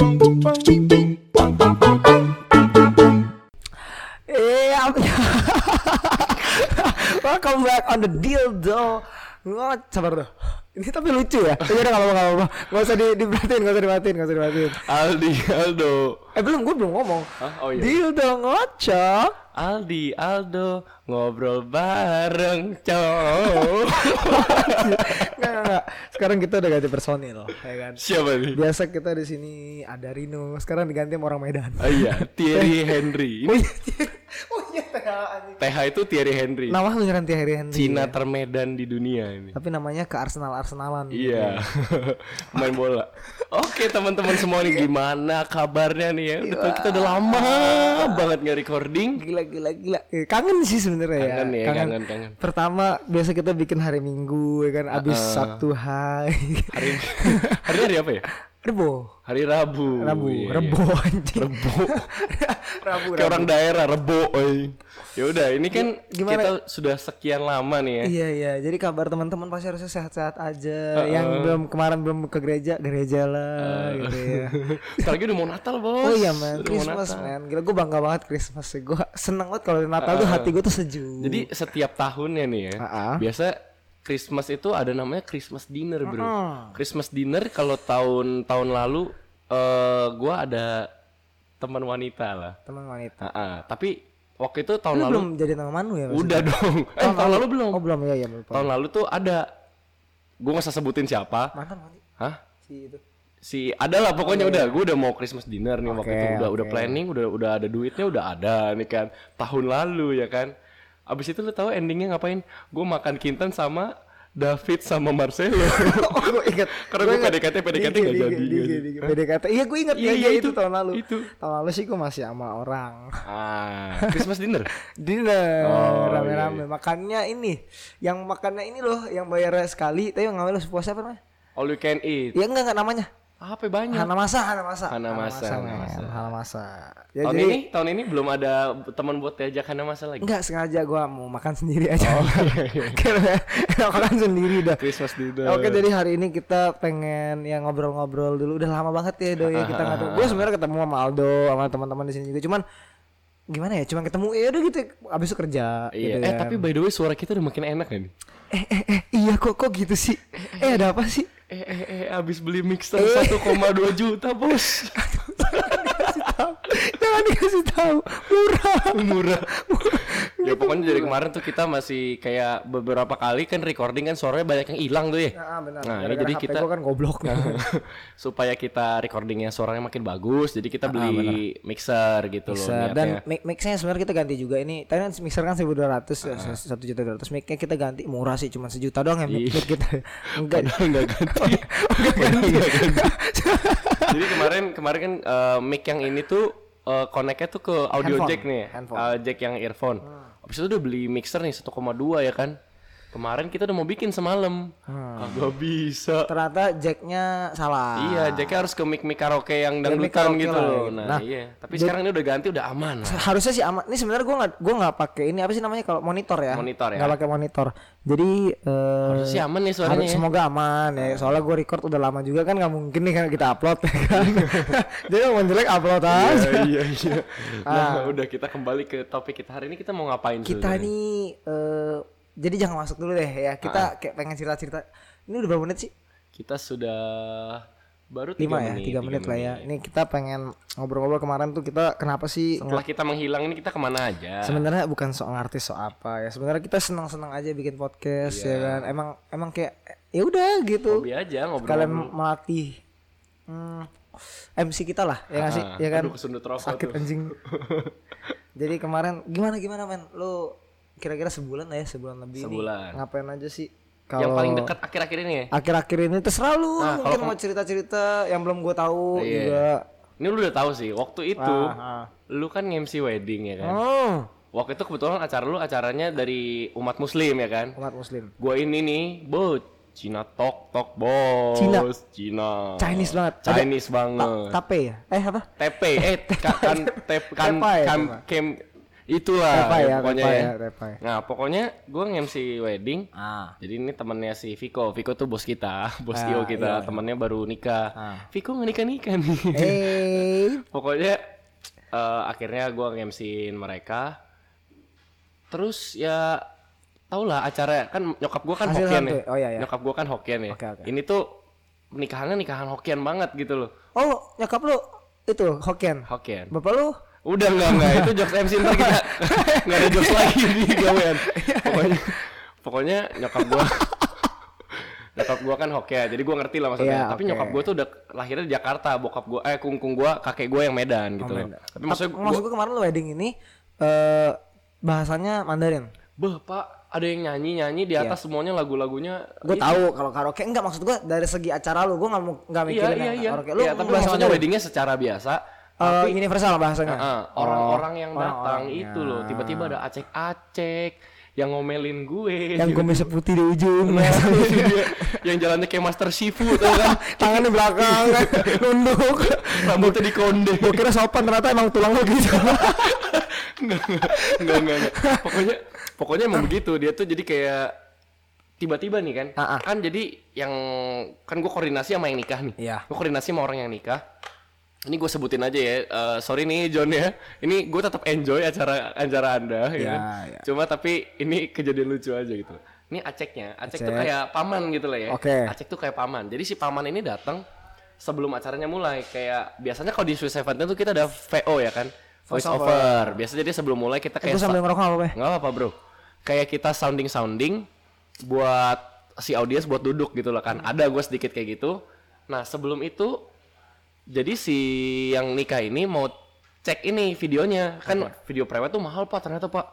Yeah. Iya, Welcome back on the deal though. Ngot sabar tuh. Ini tapi lucu ya. Iya udah enggak apa-apa, enggak apa-apa. Enggak usah di diperhatiin, enggak usah diperhatiin, enggak usah diperhatiin. Aldi, Aldo. Eh belum, gue belum ngomong. Hah? Oh, iya. Deal dong ngocok. Aldi, Aldo, ngobrol bareng, cow. Enggak, enggak, enggak. Sekarang kita udah ganti personil, ya kan? Siapa nih? Biasa kita di sini ada Rino, sekarang diganti sama orang Medan. Oh iya, Thierry Henry. Ini oh iya, anjing. TH itu Thierry Henry. Nama beneran Thierry Henry. ya. Cina termedan di dunia ini. Tapi namanya ke Arsenal-Arsenalan. gitu. Iya, main bola. Oke teman-teman semua nih gimana kabarnya nih ya? Udah, kita udah lama banget nggak recording. Gila, gila, gila. Eh, Kangen sih sebenarnya ya. Kangen ya, kangen, kangen. Pertama, biasa kita bikin hari Minggu, ya kan? Abis Sabtu, hai. Hari hari hari apa ya? Rebo. Hari Rabu. Rabu, Iya, iya. Rebo anjing. Rebo. Rabu, Kayak orang daerah Rebo. oi. Ya udah, ini kan Iya, Gimana? kita sudah sekian lama nih ya. Iya iya, jadi kabar teman-teman pasti harusnya sehat-sehat aja. Yang belum kemarin belum ke gereja, gereja lah gitu ya. Ntar lagi udah mau Natal bos Oh iya man, Udah mau Christmas Natal. man. Gila gue bangga banget Christmas. Gue seneng banget kalau Natal tuh hati gue tuh sejuk. Jadi setiap tahunnya nih ya Ah-ah. Biasa Christmas itu ada namanya Christmas dinner bro Mm-mm. Christmas dinner kalau tahun tahun lalu eh Gue ada teman wanita lah teman wanita. Ah-ah. Tapi waktu itu tahun Lu lalu belum jadi teman manu ya? maksudnya? Udah dong Eh tahun, lalu belum Oh belum ya ya belum. Tahun lalu tuh ada Gue gak usah sebutin siapa Mantan mantan Hah? si itu. si ada lah Oh, pokoknya iya. udah gue udah mau Christmas dinner nih waktu itu udah udah planning udah udah ada duitnya udah ada nih kan tahun lalu ya kan abis itu lu tahu endingnya ngapain gue makan kintan sama David sama Marcelo Oh gue inget. Karena Gua gua inget. PDKT, PDKT Dikit, nggak dikit, jadi, gitu. dikit, nggak dikit. PDKT. Iya gue inget Iya, ya, iya, itu, itu. tahun lalu. Itu. Tahun lalu sih gue masih sama orang. ah Christmas dinner dinner Oh, rame-rame makannya ini yang makannya ini loh yang bayarnya sekali tapi yang ngambil sepuasnya apa namanya all you can eat ya enggak enggak namanya apa banyak Hana Masa Hana Masa Hana Masa, men. Hana Hana Masa, Masa. ya tahun jadi ini tahun ini belum ada teman buat diajak Hana masa lagi enggak sengaja gua mau makan sendiri aja oh, iya, makan sendiri dah Christmas dinner Oke jadi hari ini kita pengen ya ngobrol-ngobrol dulu udah lama banget ya doi Ah, ya kita nggak gue sebenarnya ketemu sama Aldo sama teman-teman di sini juga cuman gimana ya cuman ketemu ya udah gitu abis itu kerja iya gitu eh kan. tapi by the way suara kita udah makin enak kan eh eh eh iya kok kok gitu sih eh ada apa sih eh eh eh abis beli mixer 1,2 juta bos jangan dikasih tahu murah murah. ya pokoknya dari kemarin tuh kita masih kayak beberapa kali kan recording kan suaranya banyak yang hilang tuh ya. nah, benar Nah, ini jadi kita- Iya, gua kan goblok Supaya kita recordingnya suaranya makin bagus, jadi kita beli mixer gitu loh Ah, Mixer. dan niatnya. mic mixnya sebenarnya kita ganti juga ini tadi kan mixer kan 1200 Ah. ya, 1 juta 200 micnya kita ganti murah sih cuma sejuta doang ya Iya. mic, mic kita enggak Padahal nggak ganti. Oh, Padahal nggak ganti. jadi kemarin kemarin kan eh, mic yang ini tuh eh, connect-nya tuh ke audio Handphone. jack nih, Handphone. Hmm. eh, jack yang earphone. Habis itu udah beli mixer nih 1,2 ya kan. Kemarin kita udah mau bikin semalam. Hmm. Kagak bisa. ternyata jacknya salah Iya, Jacknya harus ke mic mic karaoke yang Ah. mic dangdutan karaoke gitu lah, loh. gitu. Nah, Nah, iya. Tapi sekarang ini udah ganti udah aman. lah. harusnya sih aman. Ini sebenarnya gua nggak gua nggak pakai ini apa sih namanya kalau monitor ya. Monitor ya. Nggak pakai monitor. Jadi eh, Harusnya sih aman nih suaranya harus- ya. semoga aman ya. Soalnya gua record udah lama juga kan nggak mungkin nih kan kita upload ya kan. Jadi mau jelek upload aja. iya iya. Nah, udah kita kembali ke topik kita hari ini kita mau ngapain Ah. Kita nih eh, jadi jangan masuk dulu deh ya. Ah. Kita kayak pengen cerita-cerita. Ini udah berapa menit sih? Kita sudah baru 3 Lima ya, menit. tiga menit lah ya. Ini kita pengen ngobrol-ngobrol kemarin tuh kita kenapa sih Setelah kita menghilang ini kita kemana aja? sebenarnya bukan soal artis soal apa ya sebenarnya kita senang senang aja bikin podcast ya kan emang emang kayak ya udah gitu Iya. Hobi aja ngobrol. kalian melatih hmm, MC kita lah ya nggak sih ya kan Ah. Aduh kesundut rokok sakit tuh. anjing jadi kemarin gimana gimana men lu kira-kira sebulan lah ya sebulan lebih nih, Sebulan. ngapain aja sih Yang kalau paling dekat akhir-akhir ini ya. akhir-akhir ini terserah lu lu Nah, mungkin mau cerita-cerita yang belum gue tahu Iya. juga Ini lu udah tahu sih, waktu itu Ah, ah. lu kan MC wedding ya kan. oh Waktu itu kebetulan acara lu acaranya dari umat muslim ya kan. umat muslim Gua ini nih, bo Cina tok tok bos. Cina. Cina. Chinese banget. Ada- Chinese banget. Ta- tape ya eh apa TP eh ka- kan tep kan Tepa ya, kan Tepa. kem Itulah Repa ya, pokoknya Repa ya. ya, Repa ya. Nah, pokoknya gue nge-MC wedding. Ah. Jadi ini temennya si Viko. Viko tuh bos kita, bos Ah, Tio kita, iya. temennya baru nikah. Ah. Viko nggak nikah nikah nih. Eh, Pokoknya eh, akhirnya gue nge-MC-in mereka. Terus ya tau lah acara kan nyokap gue kan Hasil Hokkien hantu. ya. Oh, iya, iya. Nyokap gue kan Hokkien ya. Oke, oke. Ini tuh nikahannya nikahan Hokkien banget gitu loh. oh nyokap lu itu Hokkien. Hokkien. Bapak lu Udah enggak enggak itu jokes MC ntar kita enggak ada jokes lagi di Iya. gawean. Pokoknya pokoknya nyokap gua nyokap gua kan Hokkien, jadi gua ngerti lah maksudnya. Iya, Tapi oke. nyokap gua tuh udah lahirnya di Jakarta, bokap gua eh kungkung gua, kakek gua yang Medan gitu. loh. Tapi maksudnya Maksud, gua, Oh, maksud gue kemarin lu wedding ini eh bahasanya Mandarin. "Beh, Pak, ada yang nyanyi-nyanyi di atas semuanya lagu-lagunya Gue Iya. tahu kalau karaoke enggak maksud gue dari segi acara lu gue nggak mau nggak Iya, mikirin iya, yang iya. karaoke. Lu Iya, tapi bahasa maksudnya Mandarin. weddingnya secara biasa Eh, universal bahasanya. Heeh, orang-orang yang Oh, datang orang-orangnya. itu loh tiba-tiba ada acek-acek yang ngomelin gue gitu. Yang kumisnya putih di ujung. Iya, yang jalannya kayak Master Shifu tau kan Tangan di belakang kan, nunduk. rambutnya dikonde Gue kira sopan ternyata emang tulang lu gitu. enggak enggak enggak enggak. pokoknya pokoknya emang begitu dia tuh jadi kayak tiba-tiba nih kan Ah, ah. kan jadi yang kan gue koordinasi sama yang nikah nih Iya. gue koordinasi sama orang yang nikah ini gue sebutin aja ya eh, sorry nih John ya ini gue tetap enjoy acara acara anda ya Iya, kan. iya. cuma tapi ini kejadian lucu aja gitu ini aceknya acek, tuh Acek. kayak paman gitu lah ya Oke. acek tuh kayak paman jadi si paman ini datang sebelum acaranya mulai kayak biasanya kalau di Swiss Seventeen tuh kita ada VO ya kan voice Voice over, over. biasanya dia sebelum mulai kita kayak Gue Eh, sambil ngerokok apa nggak apa-apa bro kayak kita sounding sounding buat si audiens buat duduk gitu lah kan ada gue sedikit kayak gitu nah sebelum itu jadi si yang nikah ini mau cek ini videonya kan video prewed tuh mahal pak ternyata pak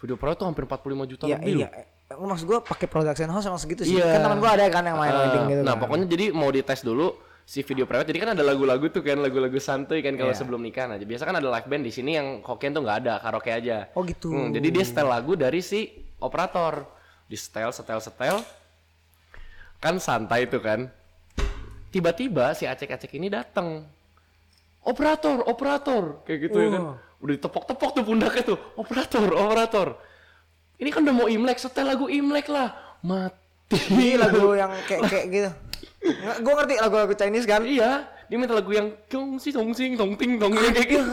video prewed tuh hampir 45 juta Iya, lebih iya. loh. Eh, Maksud gue pakai production house emang segitu sih. Iya. Kan teman gue ada kan yang main Eh, wedding gitu. nah kan. pokoknya jadi mau dites dulu si video prewed jadi kan ada lagu-lagu tuh kan lagu-lagu santuy Iya. kan kalau sebelum nikah aja biasa kan ada live band di sini yang koken tuh nggak ada karaoke aja Oh, gitu. Hmm, jadi dia setel lagu dari si operator di setel setel setel kan santai tuh kan tiba-tiba si acek-acek ini datang operator operator kayak gitu ya kan Wah. udah ditepok-tepok tuh pundaknya tuh operator operator ini kan udah mau imlek setel lagu imlek lah mati Ini lagu yang kayak kayak gitu. Nggak, gue ngerti lagu-lagu Chinese kan. Iya, dia minta lagu yang tong si tong sing tong ting tong ting kayak gitu.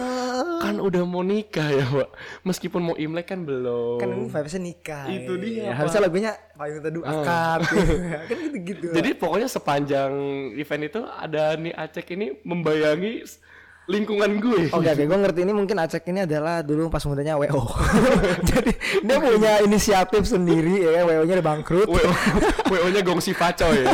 Kan udah mau nikah ya, Pak. Meskipun mau Imlek kan belum. Kan ini vibesnya nikah. Itu ya. dia, Ya, Pak. harusnya lagunya payung teduh akad. gitu. kan gitu-gitu. Jadi pokoknya sepanjang event itu ada nih Acek ini membayangi s- lingkungan gue. Oke, oke, gue ngerti ini mungkin Acek ini adalah dulu pas mudanya WO. Jadi dia punya inisiatif sendiri ya, WO-nya udah bangkrut. WO-nya Gong Si Paco ya.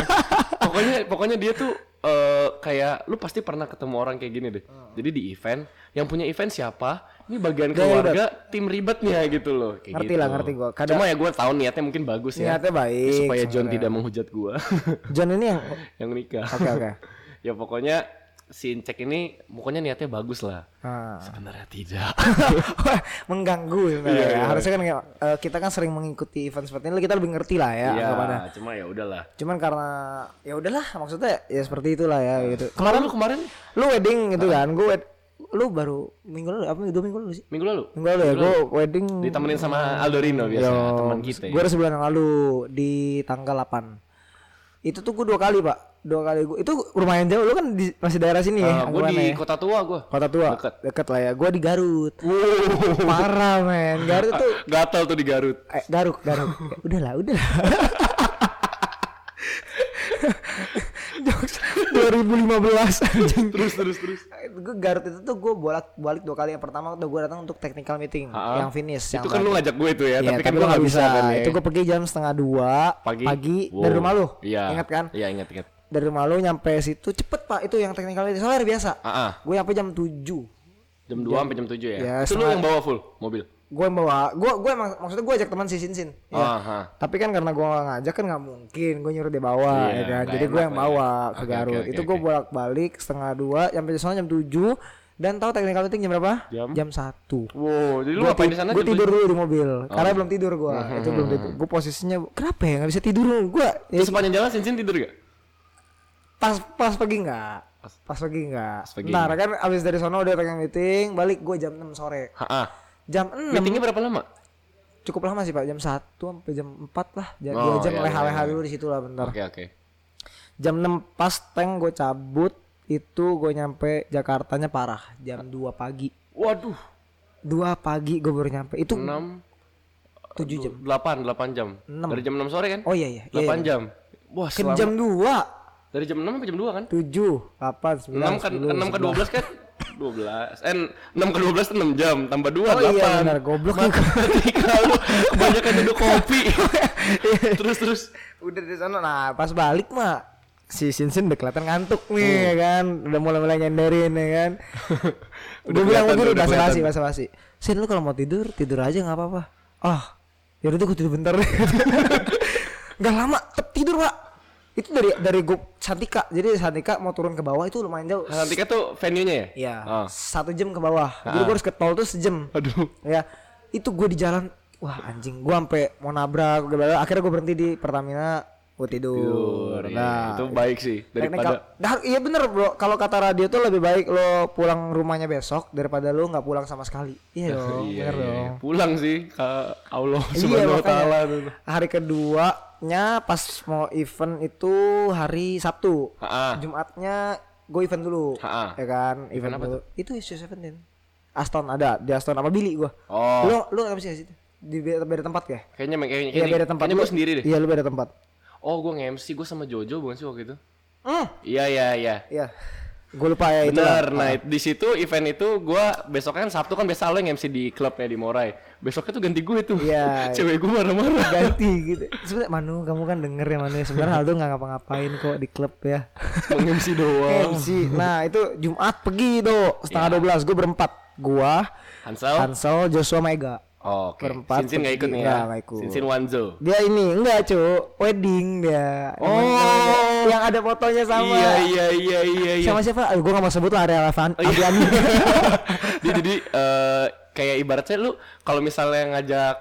pokoknya pokoknya dia tuh eh, kayak lu pasti pernah ketemu orang kayak gini deh. Hmm. Jadi di event, yang punya event siapa? Ini bagian Gaya ribet. keluarga, tim ribetnya gitu loh. Kayak Iya, Ngerti gitu. lah, ngerti gua. Kadang- Cuma ya gue tahu niatnya mungkin bagus ya. Niatnya baik. supaya John sebenarnya. tidak menghujat gua John ini yang yang nikah. Oke, oke. ya pokoknya si Incek ini pokoknya niatnya bagus lah. Ah. Sebenarnya tidak. mengganggu sebenarnya Iya, ya. iya. Harusnya kan kayak, eh, kita kan sering mengikuti event seperti ini, kita lebih ngerti lah ya, anggapannya. Iya, cuma ya udahlah. Cuman karena ya udahlah maksudnya ya seperti itulah ya gitu. Kemarin lu kemarin Lu wedding gitu kan, gue wed- lu baru minggu lalu apa dua minggu lalu sih? minggu lalu Minggu lalu ya, gue wedding. ditemenin sama Aldorino biasa teman kita. ya. Gue udah sebulan yang lalu di tanggal 8 Itu tuh gue dua kali pak, dua kali gue. Itu lumayan jauh, lu kan di, masih daerah sini ya? gue di anggapannya ya? kota tua gue. Kota tua, Deket. deket, lah ya. Gue di Garut. Parah men, Garut tuh Gatal tuh di Garut. Eh, garuk, garuk. Ya, udahlah, udahlah. Jokes 2015 anjing. Terus terus terus. Gue Garut itu tuh gue bolak balik dua kali. Yang pertama tuh gue datang untuk technical meeting Ha-ha. yang finish. yang Itu kan lu ngajak gue itu ya, Iya, tapi kan gue gua nggak bisa. kan, ya. Itu gue pergi jam setengah dua pagi dari Wow. rumah lu. Iya. Ingat kan? Iya ingat ingat. Dari rumah lu nyampe situ cepet pak. Itu yang technical meeting soalnya hari biasa. Ah, ah. Gue nyampe jam 7 jam 2 sampai jam 7 ya. Ya, itu lu setengah- yang bawa full mobil. gue bawa gue gue emang maksudnya gue ajak teman si Sin Sin ya. Aha. tapi kan karena gue gak ngajak kan nggak mungkin gue nyuruh dia bawa Iya, ya kan nggak jadi gue enak yang lah ya. bawa ke Oke, Garut oke, oke, itu gue oke. bolak balik setengah dua sampai di sana jam tujuh dan tahu technical meeting jam berapa Jam? satu Wow, jadi lu gue ngapain di Oh. Hmm. sana? jam tidur dulu di mobil karena belum tidur gue itu belum tidur gue posisinya kenapa ya nggak bisa tidur gue ya, Terus sepanjang jalan Sinsin tidur gak? pas pas pagi nggak pas pagi nggak pagi ntar kan abis dari sana udah technical meeting balik gue jam 6 sore Ha-ha. jam 6 Ah, Meetingnya berapa lama? cukup lama sih pak jam 1 sampai jam 4 lah jam dua Oh, jam iya, leha iya, leha iya. dulu di situ lah bentar Oke oke. jam 6 pas tank gue cabut itu gue nyampe Jakartanya parah jam 2 pagi Waduh, 2 pagi gue baru nyampe itu 6 7 jam 8 8 jam. Enam. Dari jam 6 sore kan? oh iya iya, iya, 8 iya. jam. Wah, Ke selama jam 2 dari jam 6 sampai jam 2 kan? 7 8 9 6 ke 6 ke 12 kan? 12. Eh 6 ke 12 tuh 6 jam tambah 2 Oh 8. iya benar goblok juga. Matematika lu kebanyakan duduk kopi. Iya. terus terus udah di sana nah pas balik mah si Sinsin udah kelihatan ngantuk nih ya kan udah mulai mulai nyenderin ya kan gue bilang kelihatan, gue udah udah basa-basi kelihatan. basa-basi Sin lu kalau mau tidur tidur aja nggak apa-apa ah yaudah tuh gue tidur bentar deh nggak lama tetep tidur pak itu dari dari gue Santika jadi Santika mau turun ke bawah itu lumayan jauh Nanti tuh venue-nya ya? ya Ah. satu jam ke bawah jadi gue harus ke tol tuh sejam Aduh. ya itu gue di jalan wah anjing gue sampai mau nabrak gua bla- bla. akhirnya gue berhenti di Pertamina gue tidur, Tidur, iya, nah itu baik sih teknikal- daripada Nah, iya bener bro kalau kata radio tuh lebih baik lo pulang rumahnya besok daripada lo nggak pulang sama sekali iya dong bener Iya, iya, dong iya. Pulang sih ke Allah Iya Subhanahu wa taala. makanya hari keduanya pas mau event itu hari Sabtu Ha-ha. Jumatnya gue event dulu Ha-ha. ya kan event, apa dulu itu SC Seventeen Aston ada di Aston apa Billy gue Oh. lo lo apa sih situ di beda, beda tempat ya Kayaknya kayaknya, Iya kayaknya, beda tempat kayaknya Lu- gue sendiri deh. iya lu beda tempat Oh, gue nge-MC, gue sama Jojo bukan sih waktu itu? hmm Iya, iya, iya. iya gue lupa ya itu Bener, nah di situ event itu gue besoknya kan Sabtu kan biasa lo yang MC di klubnya di Morai. Besoknya tuh ganti gue tuh. Iya. Cewek gue marah-marah. ganti gitu sebenarnya Manu kamu kan denger ya Manu ya. sebenarnya Aldo nggak ngapa-ngapain kok di klub ya Meng-MC doang. MC nah itu Jumat pergi do Iya. setengah dua belas gue berempat gua Hansel. Hansel Joshua Mega. Oh, Oke. Berempat, Sinsin gak ikut nih nggak, ya. nggak ikut. Sinsin Wanzo. Dia ini enggak cu wedding dia. Oh. yang ada fotonya sama. Iya, iya, iya, iya, iya. Oh, Sama siapa? Aduh, gue gak mau sebut lah Ariel Avan. Avian. Dia jadi eh, kayak ibaratnya lu kalau misalnya ngajak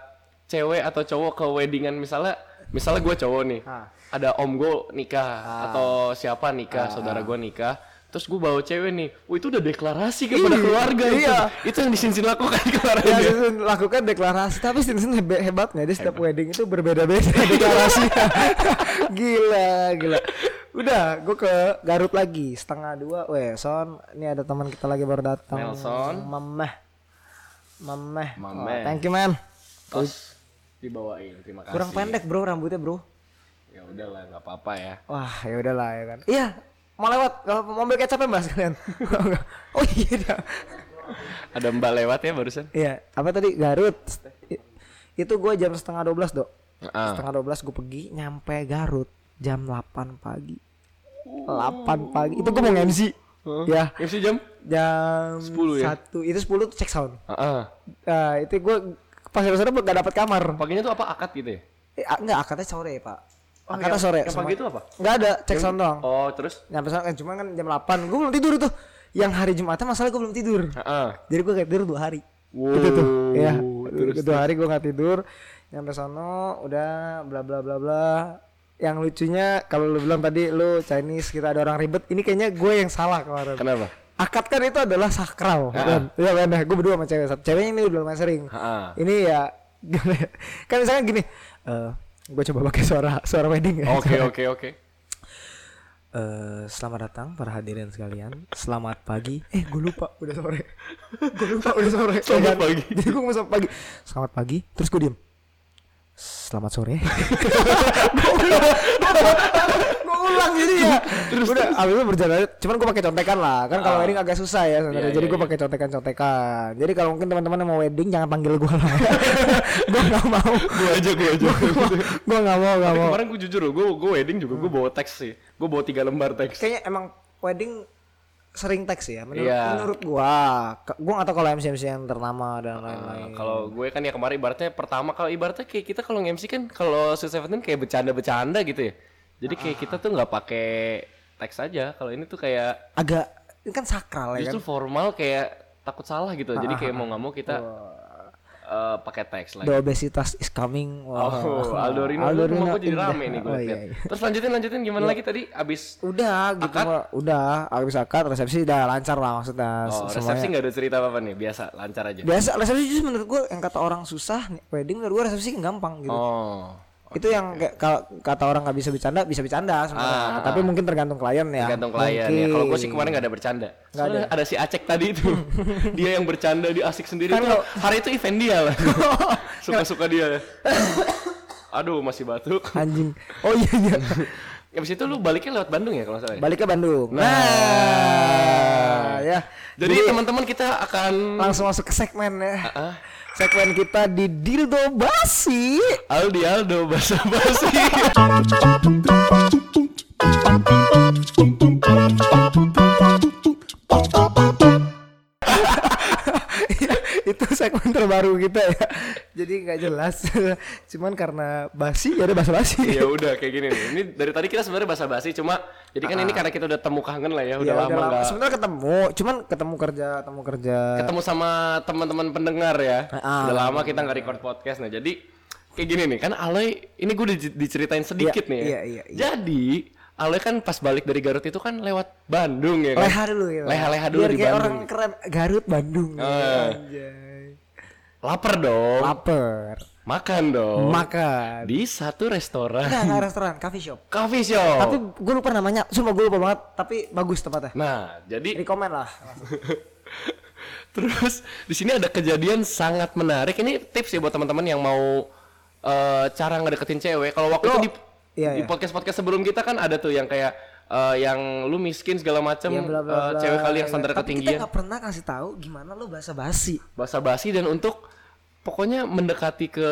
cewek atau cowok ke weddingan misalnya misalnya gue cowok nih Ah. ada om gue nikah atau siapa nikah saudara gue nikah terus gue bawa cewek nih, wah itu udah deklarasi kepada Iya, keluarga iya. itu, itu yang disinsin lakukan kemarin ya, ya. Sinsin lakukan deklarasi tapi Sinsin hebe- hebatnya dia setiap wedding itu berbeda-beda deklarasinya gila gila udah gue ke Garut lagi setengah dua weh son ini ada teman kita lagi baru datang Nelson. mameh mameh Oh, Mameh. thank you man Terus dibawain, terima kasih. kurang pendek bro rambutnya bro Ya udahlah, nggak apa-apa ya. Wah, ya udahlah ya kan. Iya, mau lewat, nggak apa- mau ambil kecap ya mas kalian. oh iya, dah. Ada mbak lewat ya barusan. iya. Apa tadi Garut? I- Itu gue jam setengah 12 dok. Heeh. Setengah 12 gue pergi, nyampe Garut jam 8 pagi. Oh. 8 pagi. Itu gue mau MC. Ya, MC Iya jam? jam 10 ya? 1. Itu 10 tuh check sound. Heeh. Nah, itu gue pas dari sana gak dapet kamar. Paginya tuh apa akad gitu ya? Eh, a- nggak, akadnya sore ya pak. Oh, Akadnya yang- sore. yang semua. pagi itu apa? Nggak ada, check sound doang. Oh, terus? nyampe sana kan cuma kan jam 8 gue belum tidur itu yang hari Jumatnya masalah gue belum tidur Heeh. jadi gue gak tidur dua hari Wow, itu tuh Iya. ya terus, dua hari gue gak tidur nyampe sana udah bla bla bla bla yang lucunya kalau lu bilang tadi lu Chinese kita ada orang ribet ini kayaknya gue yang salah kemarin Kenapa? akad kan itu adalah sakral kan ya kan gue berdua sama cewek satu ceweknya ini udah lumayan sering Ah. ini ya kan misalkan gini eh gue coba pakai suara suara wedding ya Oke oke oke. Eh, selamat datang para hadirin sekalian. Selamat pagi. Eh, gue lupa udah sore. Gue lupa udah sore. Selamat Ya kan? pagi. Jadi gue selamat pagi. Selamat pagi. Terus gue diem. Selamat sore. gue ulang jadi ya. Terus udah abis itu berjalan. Cuman gue pakai contekan lah. Kan kalau wedding agak susah ya. sebenarnya. Iya, jadi iya, gue pakai contekan-contekan. Jadi kalau mungkin teman-teman yang mau wedding jangan panggil gue lah. gue nggak mau. Gue aja gue aja. Gue nggak mau nggak mau. Kemarin gue jujur loh, gue gue wedding juga gue bawa teks sih. Gue bawa tiga lembar teks. kayaknya emang wedding sering teks ya menurut, Iya. menurut gua Ke- gua nggak tahu kalau MC MC yang ternama dan Nah, lain-lain kalau gue kan ya kemarin ibaratnya pertama kalau ibaratnya kayak kita kalau MC kan kalau Sweet Seventeen kayak bercanda-bercanda gitu ya. Jadi kayak kita tuh nggak pakai teks aja. Kalau ini tuh kayak agak Iya ini kan sakral ya kan Ah, justru formal kayak takut salah gitu. Jadi kayak mau nggak mau kita eh, pakai teks lagi. The obesitas is coming. Wah. Oh, Aldo Rino, Aldo Aduh, Rino rumah gua jadi in the- rame nih gue Oh, iya, iya. Terus lanjutin lanjutin gimana lagi tadi abis Udah gitu Akad? mah. Udah, habis akad resepsi udah lancar lah maksudnya. oh, se- semuanya. resepsi nggak ada cerita apa apa nih biasa lancar aja. Biasa resepsi justru menurut gua yang kata orang susah nih, wedding menurut gua resepsi gampang gitu. Oh, itu yang kayak kalau kata orang nggak bisa bercanda bisa bercanda sebenarnya Ah, tapi mungkin tergantung klien ya tergantung klien ya. Kalau gue sih kemarin nggak ada bercanda. Soalnya ada. si Acek tadi itu dia yang bercanda di asik sendiri. Kan itu lo- hari itu event dia lah. suka suka dia. Aduh masih batuk. anjing oh iya iya Abis itu lu baliknya lewat Bandung ya kalau nggak salah. ya? balik ke Bandung nah, ya Jadi teman-teman kita akan langsung masuk ke segmen ya Ah, segmen kita di dildo basi Aldi Aldo basa basi. itu segmen terbaru kita ya jadi nggak jelas cuman karena basi ya ada basa basi ya udah kayak gini nih. Ini dari tadi kita sebenarnya basa basi cuma jadi kan Ah. ini karena kita udah temu kangen lah ya, udah Ya, lama nggak sebenarnya ketemu cuman ketemu kerja ketemu kerja ketemu sama teman-teman pendengar ya. Ah, Udah lama kita nggak record podcast nah. Jadi kayak gini nih, kan Aloy ini gue diceritain Iya, sedikit nih ya. iya, iya, iya. Jadi Aloy kan pas balik dari Garut itu kan lewat Bandung ya kan. leha dulu ya Leha-leha dulu biar di kayak Bandung. orang keren Garut Bandung ya. Ah. Anjay. Laper dong, lapar makan dong. makan Oh. di satu restoran. Enggak, enggak restoran coffee shop Coffee shop. tapi gue lupa namanya cuma gue lupa banget tapi bagus tempatnya Nah, jadi rekomend lah terus di sini ada kejadian sangat menarik. Ini tips ya buat teman-teman yang mau eh, cara ngedeketin cewek. Kalau waktu itu Lo- di iya, iya. di podcast-podcast sebelum kita kan ada tuh yang kayak eh, yang lu miskin segala macam Ya, bla, bla, eh, bla. cewek kali yang standar tapi kita ketinggian, nggak pernah kasih tahu gimana lo bahasa basi bahasa basi dan untuk pokoknya mendekati ke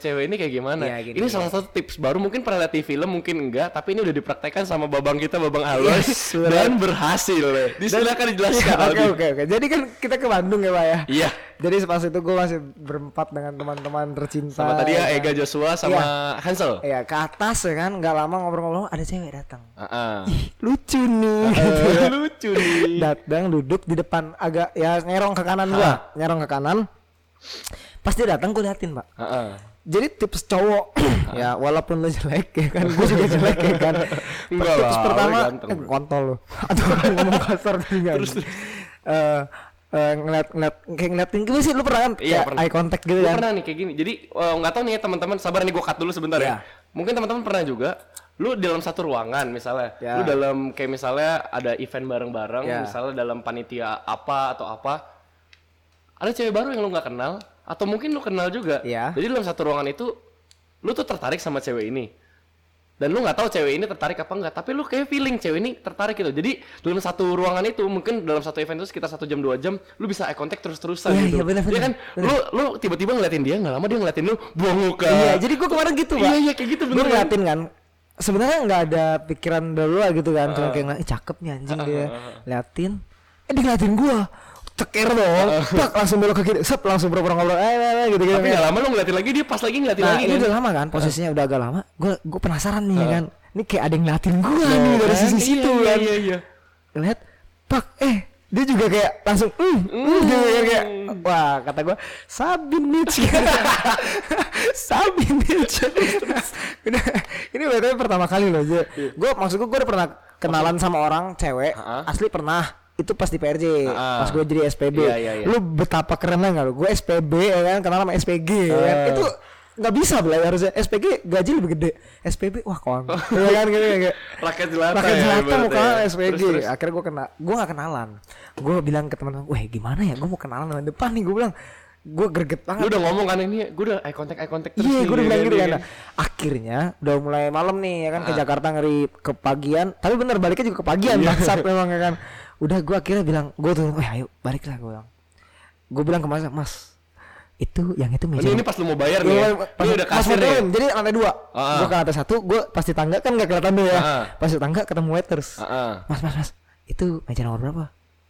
cewek ini kayak gimana. Iya, gini, gini. ini salah satu tips baru mungkin pernah lihat di film mungkin enggak, tapi ini udah dipraktekkan sama babang kita babang Alois Yes, bener. dan berhasil. Silakan Iya, dijelaskan. oke Aldi. oke oke jadi kan kita ke Bandung ya pak ya Iya. jadi sepas itu gue masih berempat dengan teman-teman tercinta Sama tadi ya kan. Ega Joshua sama Hansel. Iya, ke atas ya kan nggak lama ngobrol-ngobrol ada cewek datang Heeh. lucu nih gitu. Eh, lucu nih. datang duduk di depan agak ya nyerong ke kanan gua nyerong ke kanan pas dia datang gua liatin pak Heeh. jadi tips cowok ya walaupun lu jelek ya kan gua juga jelek ya kan Enggak tips lah, lu pertama ganteng, eh, bro. kontol lu atau orang ngomong kasar tadi nggak terus ngeliat ngeliat kayak ngeliatin gimana sih lu pernah kan Iya, kayak pernah. eye contact gitu Lu kan pernah nih kayak gini. Jadi eh, nggak tahu nih ya teman-teman, sabar nih gua cut dulu sebentar Iya. ya. Mungkin teman-teman pernah juga lu dalam satu ruangan misalnya. Iya. Lu dalam kayak misalnya ada event bareng-bareng, Iya. misalnya dalam panitia apa atau apa. Ada cewek baru yang lu nggak kenal atau mungkin lu kenal juga. Iya. Jadi dalam satu ruangan itu lu tuh tertarik sama cewek ini. Dan lu nggak tahu cewek ini tertarik apa enggak, tapi lu kayak feeling cewek ini tertarik gitu. Jadi dalam satu ruangan itu mungkin dalam satu event itu sekitar satu jam dua jam, lu bisa eye contact terus-terusan Iya, gitu. iya, benar, Dia benar, kan lu lu tiba-tiba ngeliatin dia nggak lama dia ngeliatin lu buang muka Iya, jadi gua kemarin gitu, Pak. iya iya kayak gitu gue bener kan ngeliatin kan sebenarnya nggak ada pikiran dulu lah gitu kan cuma kayak ngeliat, "Ih, cakep nih anjing dia liatin eh dia ngeliatin gua ceker dong plak langsung belok ke kiri sep langsung ngobrol-ngobrol eh, eh, eh, gitu gitu tapi nggak lama lu ngeliatin lagi dia pas lagi ngeliatin nah lagi ini kan udah lama kan posisinya udah agak lama gua gua penasaran nih kan ini kayak ada yang ngeliatin gua nih dari Kan? sisi Iya, situ iya, kan iya iya lihat pak eh dia juga kayak langsung mm, Hmm. mm, gitu ya, kayak wah kata gua sabinich sabinich udah ini btw pertama kali loh gue gua maksud gua gua udah pernah kenalan sama orang cewek Iya. Ha-ha. asli pernah itu pas di PRJ Ha-ha. pas gue jadi SPB Iya, iya, iya. lu betapa kerennya nggak lu gue SPB ya kan kenal sama SPG ya kan? Eh. itu nggak bisa bela harusnya SPG gaji lebih gede SPB wah kon ya kan gitu ya, kayak rakyat jelata pakai jelata ibaratnya muka ya. SPG Terus, terus. akhirnya gue kena gue gak kenalan gue bilang ke teman-teman weh gimana ya gue mau kenalan sama depan nih gue bilang gue greget banget lu udah ngomong kan ini gue udah eye contact eye contact terus Iya, nih, gue udah ya bilang kan, Ah. gitu ya kan. Akhirnya udah mulai malam nih ya kan ke Jakarta ngeri kepagian. Tapi bener baliknya juga kepagian Iya. bangsat memang ya kan. Udah gue akhirnya bilang gue tuh, wah ayo balik lah gue bilang. Gue bilang ke Mas, Mas itu yang itu meja. Oh, ini ini pas lu mau bayar nih Iya, ya. pas- Ini udah pas kasir mau nih turun, jadi lantai dua. Ah. Gue ke lantai satu, gue pasti tangga kan gak kelihatan tuh ya. Ah. Pas di tangga ketemu waiters. Heeh. Mas, mas, mas, itu meja nomor berapa?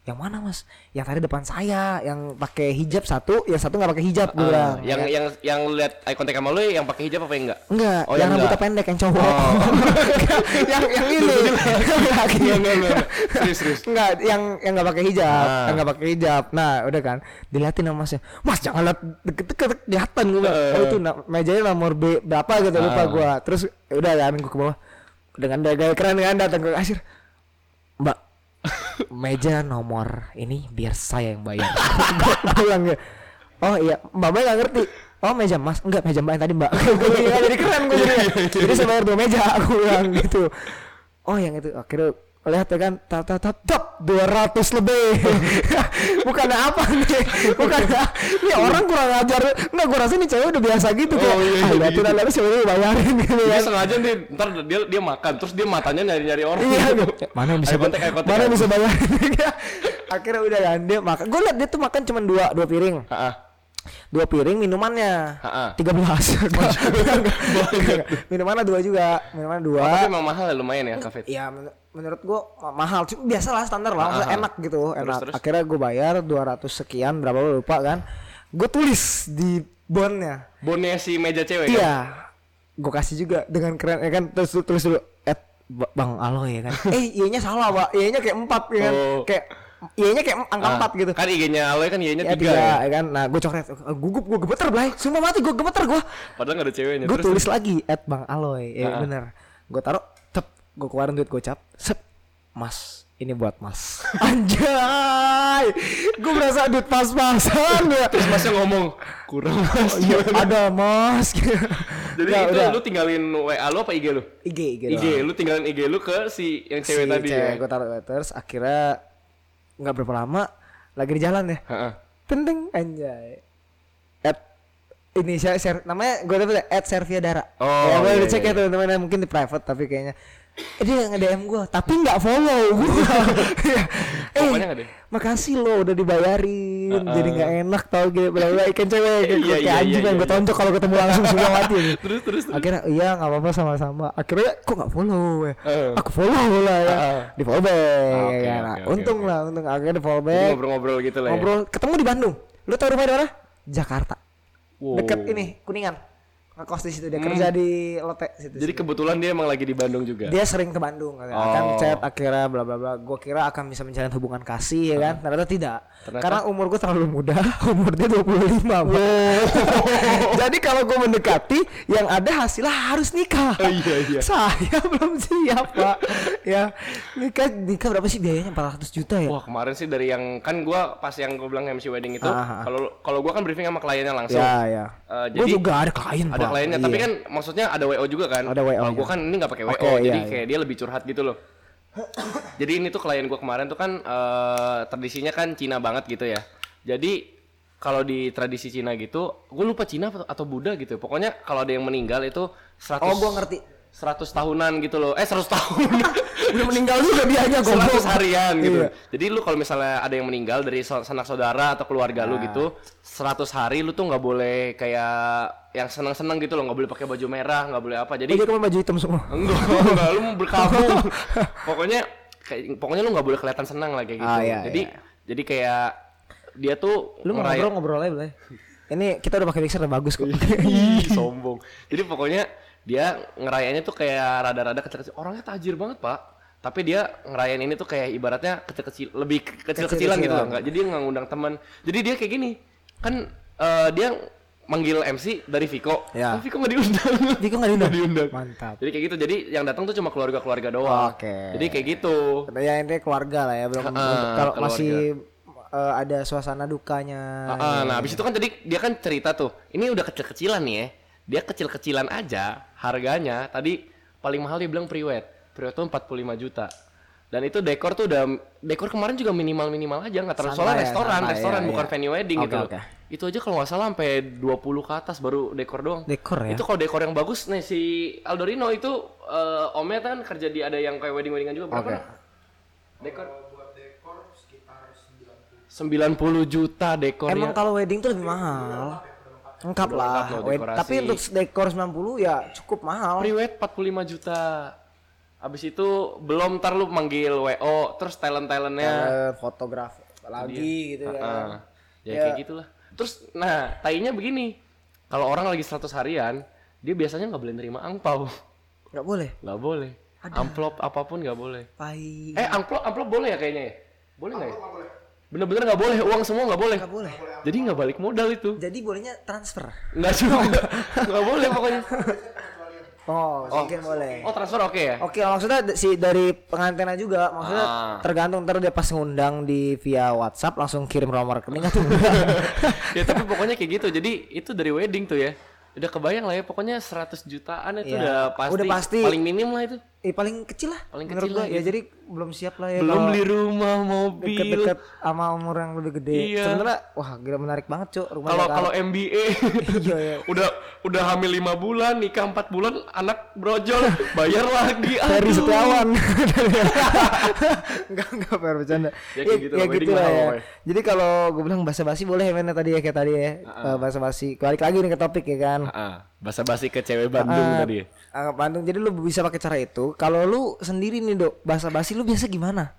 yang mana mas yang tadi depan saya yang pakai hijab satu yang satu nggak pakai hijab gue Ah, bilang "Iya." yang yang yang lihat eye contact sama lu yang pakai hijab apa yang enggak? Enggak, Oh, yang yang rambutnya enggak. pendek yang cowok. yang yang ini. Iya, Enggak, enggak, enggak. Serius, serius. Enggak, yang yang enggak pakai hijab, Ah. yang enggak pakai hijab. Nah, udah kan. Diliatin sama masnya. Mas jangan lihat deket-deket kelihatan gue. bilang. Eh. Oh itu na- mejanya nomor B berapa gitu lupa Ah. gua. Terus ya udah kan gue ke bawah. Dengan gaya keren kan datang ke kasir. Mbak, meja nomor ini biar saya yang bayar. Gua bilang ya. Oh iya, Mbak Mbak nggak ngerti. Oh meja mas, enggak meja Mbak yang tadi Mbak. Gua bilang, jadi keren gue jadi. Iya, Jadi saya bayar dua meja aku bilang gitu. Oh yang itu akhirnya lihat ya kan tap tap tap tap 200 lebih bukan apa nih bukan ini orang kurang ajar nggak gue rasa nih cewek udah biasa gitu Oh, kayak iya, ah iya, liatin iya. liatin sebenarnya bayarin gitu Dia kan sengaja nih, ntar dia dia makan terus dia matanya nyari-nyari orang. gitu. Iya, mana yang bisa Eye contact, eye contact. mana yang bisa bayar? Akhirnya udah kan dia makan. Gue liat dia tuh makan cuma dua dua piring, Heeh. dua piring minumannya Ha-ha. tiga belas. Oh, iya. Minumannya dua juga, minumannya dua. Tapi emang mahal ya lumayan ya kafe. Ya men- menurut gue mahal, cuma biasa lah standar lah, Ha-ha. maksudnya enak gitu, enak. terus? Akhirnya gue bayar 200 sekian berapa gua lupa kan. Gue tulis di bonnya. Bonnya si meja cewek. kan? Iya. Gue kasih juga dengan keren ya kan terus terus dulu at Ba- Bang Aloy ya kan. eh, iyanya salah, Pak. Iyanya kayak 4 ya kan. Oh. Kayak iyanya kayak angka Ah, 4 gitu. Kan IG-nya Aloy kan IG-nya Ya, tiga. tiga, ya. ya kan. Nah, gue coret. Gugup, gue gemeter, Blay. Sumpah mati gue gemeter gue. Padahal nggak ada ceweknya. Gue Ya, Terus tulis lagi at Bang Aloy. Ya Ah. bener. Gue taruh tep, gue keluarin duit gocap. Sep. Mas, ini buat Mas. Anjay. Gue merasa duit pas-pasan gua. terus masnya ngomong kurang mas. Oh, iya, ada Mas. Jadi Nah, itu udah. lu tinggalin WA lu apa IG lu? IG IG, IG, doang. lu tinggalin IG lu ke si yang Iya. si cewek tadi cewek ya. gue taruh terus akhirnya nggak berapa lama lagi di jalan ya Heeh. tenteng anjay at ini saya share namanya gue dapet ya, at Servia Dara Oh, ya, gue iya, udah cek iya. ya teman-teman ya, mungkin di private tapi kayaknya eh, dia nge DM gue tapi nggak follow gue eh Pokoknya nggak deh. makasih lo udah dibayarin Uh-uh. jadi nggak enak tau gitu bla bla ikan cewek Iya, kayak iya, iya, anjing yang iya, gue iya. tonjok kalau ketemu langsung semua mati Terus terus terus. akhirnya iya nggak apa-apa sama-sama akhirnya kok nggak follow ya Heeh. aku follow lah ya Heeh. di follow back Eh. Ah, oke, ya. Nah, oke, oke, untung oke. lah untung akhirnya di follow Jadi back Ngobrol-ngobrol gitu lah. ya. ngobrol ketemu di Bandung lu tau rumahnya di mana Jakarta Wow. deket ini kuningan ngekos di situ dia Hmm. kerja di lote situ Jadi kebetulan dia emang lagi di Bandung juga. dia sering ke Bandung katanya. Oh. akan chat akhirnya bla bla bla gue kira akan bisa menjalin hubungan kasih ya kan ternyata tidak Ternyata- karena umur gue terlalu muda umur dia 25 Pak. jadi kalau gue mendekati yang ada hasilnya harus nikah Oh, iya, iya. saya belum siap pak ya nikah nikah berapa sih biayanya 400 juta ya Wah kemarin sih dari yang kan gua pas yang gua bilang MC wedding itu Ah, ah, ah. kalau kalau gua kan briefing sama kliennya langsung. ya ya Eh, gue jadi- juga ada klien ada Pak. Iya. kliennya tapi kan maksudnya ada WO juga kan Ada WO Kalau gua ya. kan ini nggak pakai WO Oke, iya, jadi iya. kayak dia lebih curhat gitu loh jadi ini tuh klien gua kemarin tuh kan eh, tradisinya kan Cina banget gitu ya jadi kalau di tradisi Cina gitu gue lupa Cina atau- atau Buddha gitu ya. pokoknya kalau ada yang meninggal itu 100 oh gue ngerti 100 tahunan gitu loh eh 100 tahun udah meninggal juga dianya goblok 100 harian gitu. Iya. Jadi lu kalau misalnya ada yang meninggal dari so- sanak saudara atau keluarga Nah. lu gitu, 100 hari lu tuh nggak boleh kayak yang seneng-seneng gitu loh, nggak boleh pakai baju merah, nggak boleh apa. Jadi jadi kamu baju hitam semua enggak, enggak lu mau berkabung. pokoknya kayak pokoknya lu nggak boleh kelihatan senang lah kayak gitu. Ah, iya, jadi iya. jadi kayak dia tuh lu mau ngerayain- ngobrol ngobrol aja boleh ini kita udah pakai mixer udah bagus kok Iya. Iya. Ih, sombong. Jadi pokoknya dia ngerayanya tuh kayak rada-rada kecil-kecil. Orangnya tajir banget, Pak. Tapi dia ngerayain ini tuh kayak ibaratnya kecil-kecil lebih ke- kecil-kecilan gitu loh, Kecil-kecilan. enggak. Jadi dia nggak ngundang teman. Jadi dia kayak gini. Kan eh, dia manggil MC dari Viko. Ya. Tapi Viko nggak diundang. Jadi kok nggak diundang? Nggak diundang. Mantap. Jadi kayak gitu. Jadi yang datang tuh cuma keluarga-keluarga doang. Oke. Jadi kayak gitu. Ya intinya keluarga lah ya belum Heeh, kalau keluarga. masih eh, ada suasana dukanya. Iya, Ah, nah, habis itu kan tadi dia kan cerita tuh. Ini udah kecil-kecilan nih ya. Dia kecil-kecilan aja harganya. Tadi paling mahal dia bilang priwet. Priwet tuh 45 juta. Dan itu dekor tuh udah dekor kemarin juga minimal-minimal aja nggak terlalu Santai soalnya ya, restoran, santai, restoran iya, bukan iya. venue wedding Oke, gitu. loh. oke. Itu aja kalau nggak salah sampai 20 ke atas baru dekor doang. Dekor ya? Itu kalau dekor yang bagus nih si Aldorino itu eh, omnya kan kerja di ada yang kayak wedding-weddingan juga berapa? Oke. Nah? Dekor 90 juta dekor Emang kalau wedding tuh lebih mahal. Lengkap Udah lah. lengkap iya. loh, Iya. Wed- dekorasi. tapi untuk dekor 90 ya cukup mahal. Priwet 45 juta. Abis itu belum ntar lu manggil WO, terus talent-talentnya. Eh, fotografi lagi gitu Iya. Heeh. kan. ya, kayak gitulah. Terus nah, tainya begini. Kalau orang lagi 100 harian, dia biasanya nggak boleh nerima angpau. nggak boleh. Nggak boleh. Amplop apapun nggak boleh. Pai. Eh, amplop amplop boleh ya kayaknya ya? Boleh nggak ya? Bener-bener nggak boleh, uang semua nggak boleh. Nggak boleh. Jadi nggak balik modal itu. Jadi bolehnya transfer. Nggak juga. Nggak boleh pokoknya. Oh, mungkin boleh. Oh transfer oke ya? Oke, maksudnya d- si dari pengantinnya juga, maksudnya Ah. tergantung ntar dia pas ngundang di via WhatsApp langsung kirim nomor rekening atau ya tapi pokoknya kayak gitu. Jadi itu dari wedding tuh ya. Udah kebayang lah ya. Pokoknya 100 jutaan itu Iya. udah pasti. Udah pasti. Paling minim lah itu. Eh, paling kecil lah. Paling menurut kecil lah gitu. gua. Ya jadi belum siap lah ya Belum kalau beli rumah, mobil. deket-deket sama umur yang lebih gede. Iya. Sebenarnya wah gila menarik banget, Cuk. kan. Rumah Kalau Jakarta. kalau MBA Iya, iya. udah udah hamil 5 bulan, nikah 4 bulan, anak brojol, bayar lagi. Ferry aduh. Setiawan Enggak, enggak fair bercanda Ya kayak gitu lah, wedding gitu lah mahal ya pokoknya. Jadi kalau gue bilang basa-basi boleh ya men ya tadi ya Kayak tadi ya Eh, Basa-basi Balik lagi nih ke topik ya kan Ah, basa-basi ke cewek Bandung Ah, tadi. ah, Bandung jadi lu bisa pakai cara itu Kalau lu sendiri nih dok Basa-basi lu biasa gimana?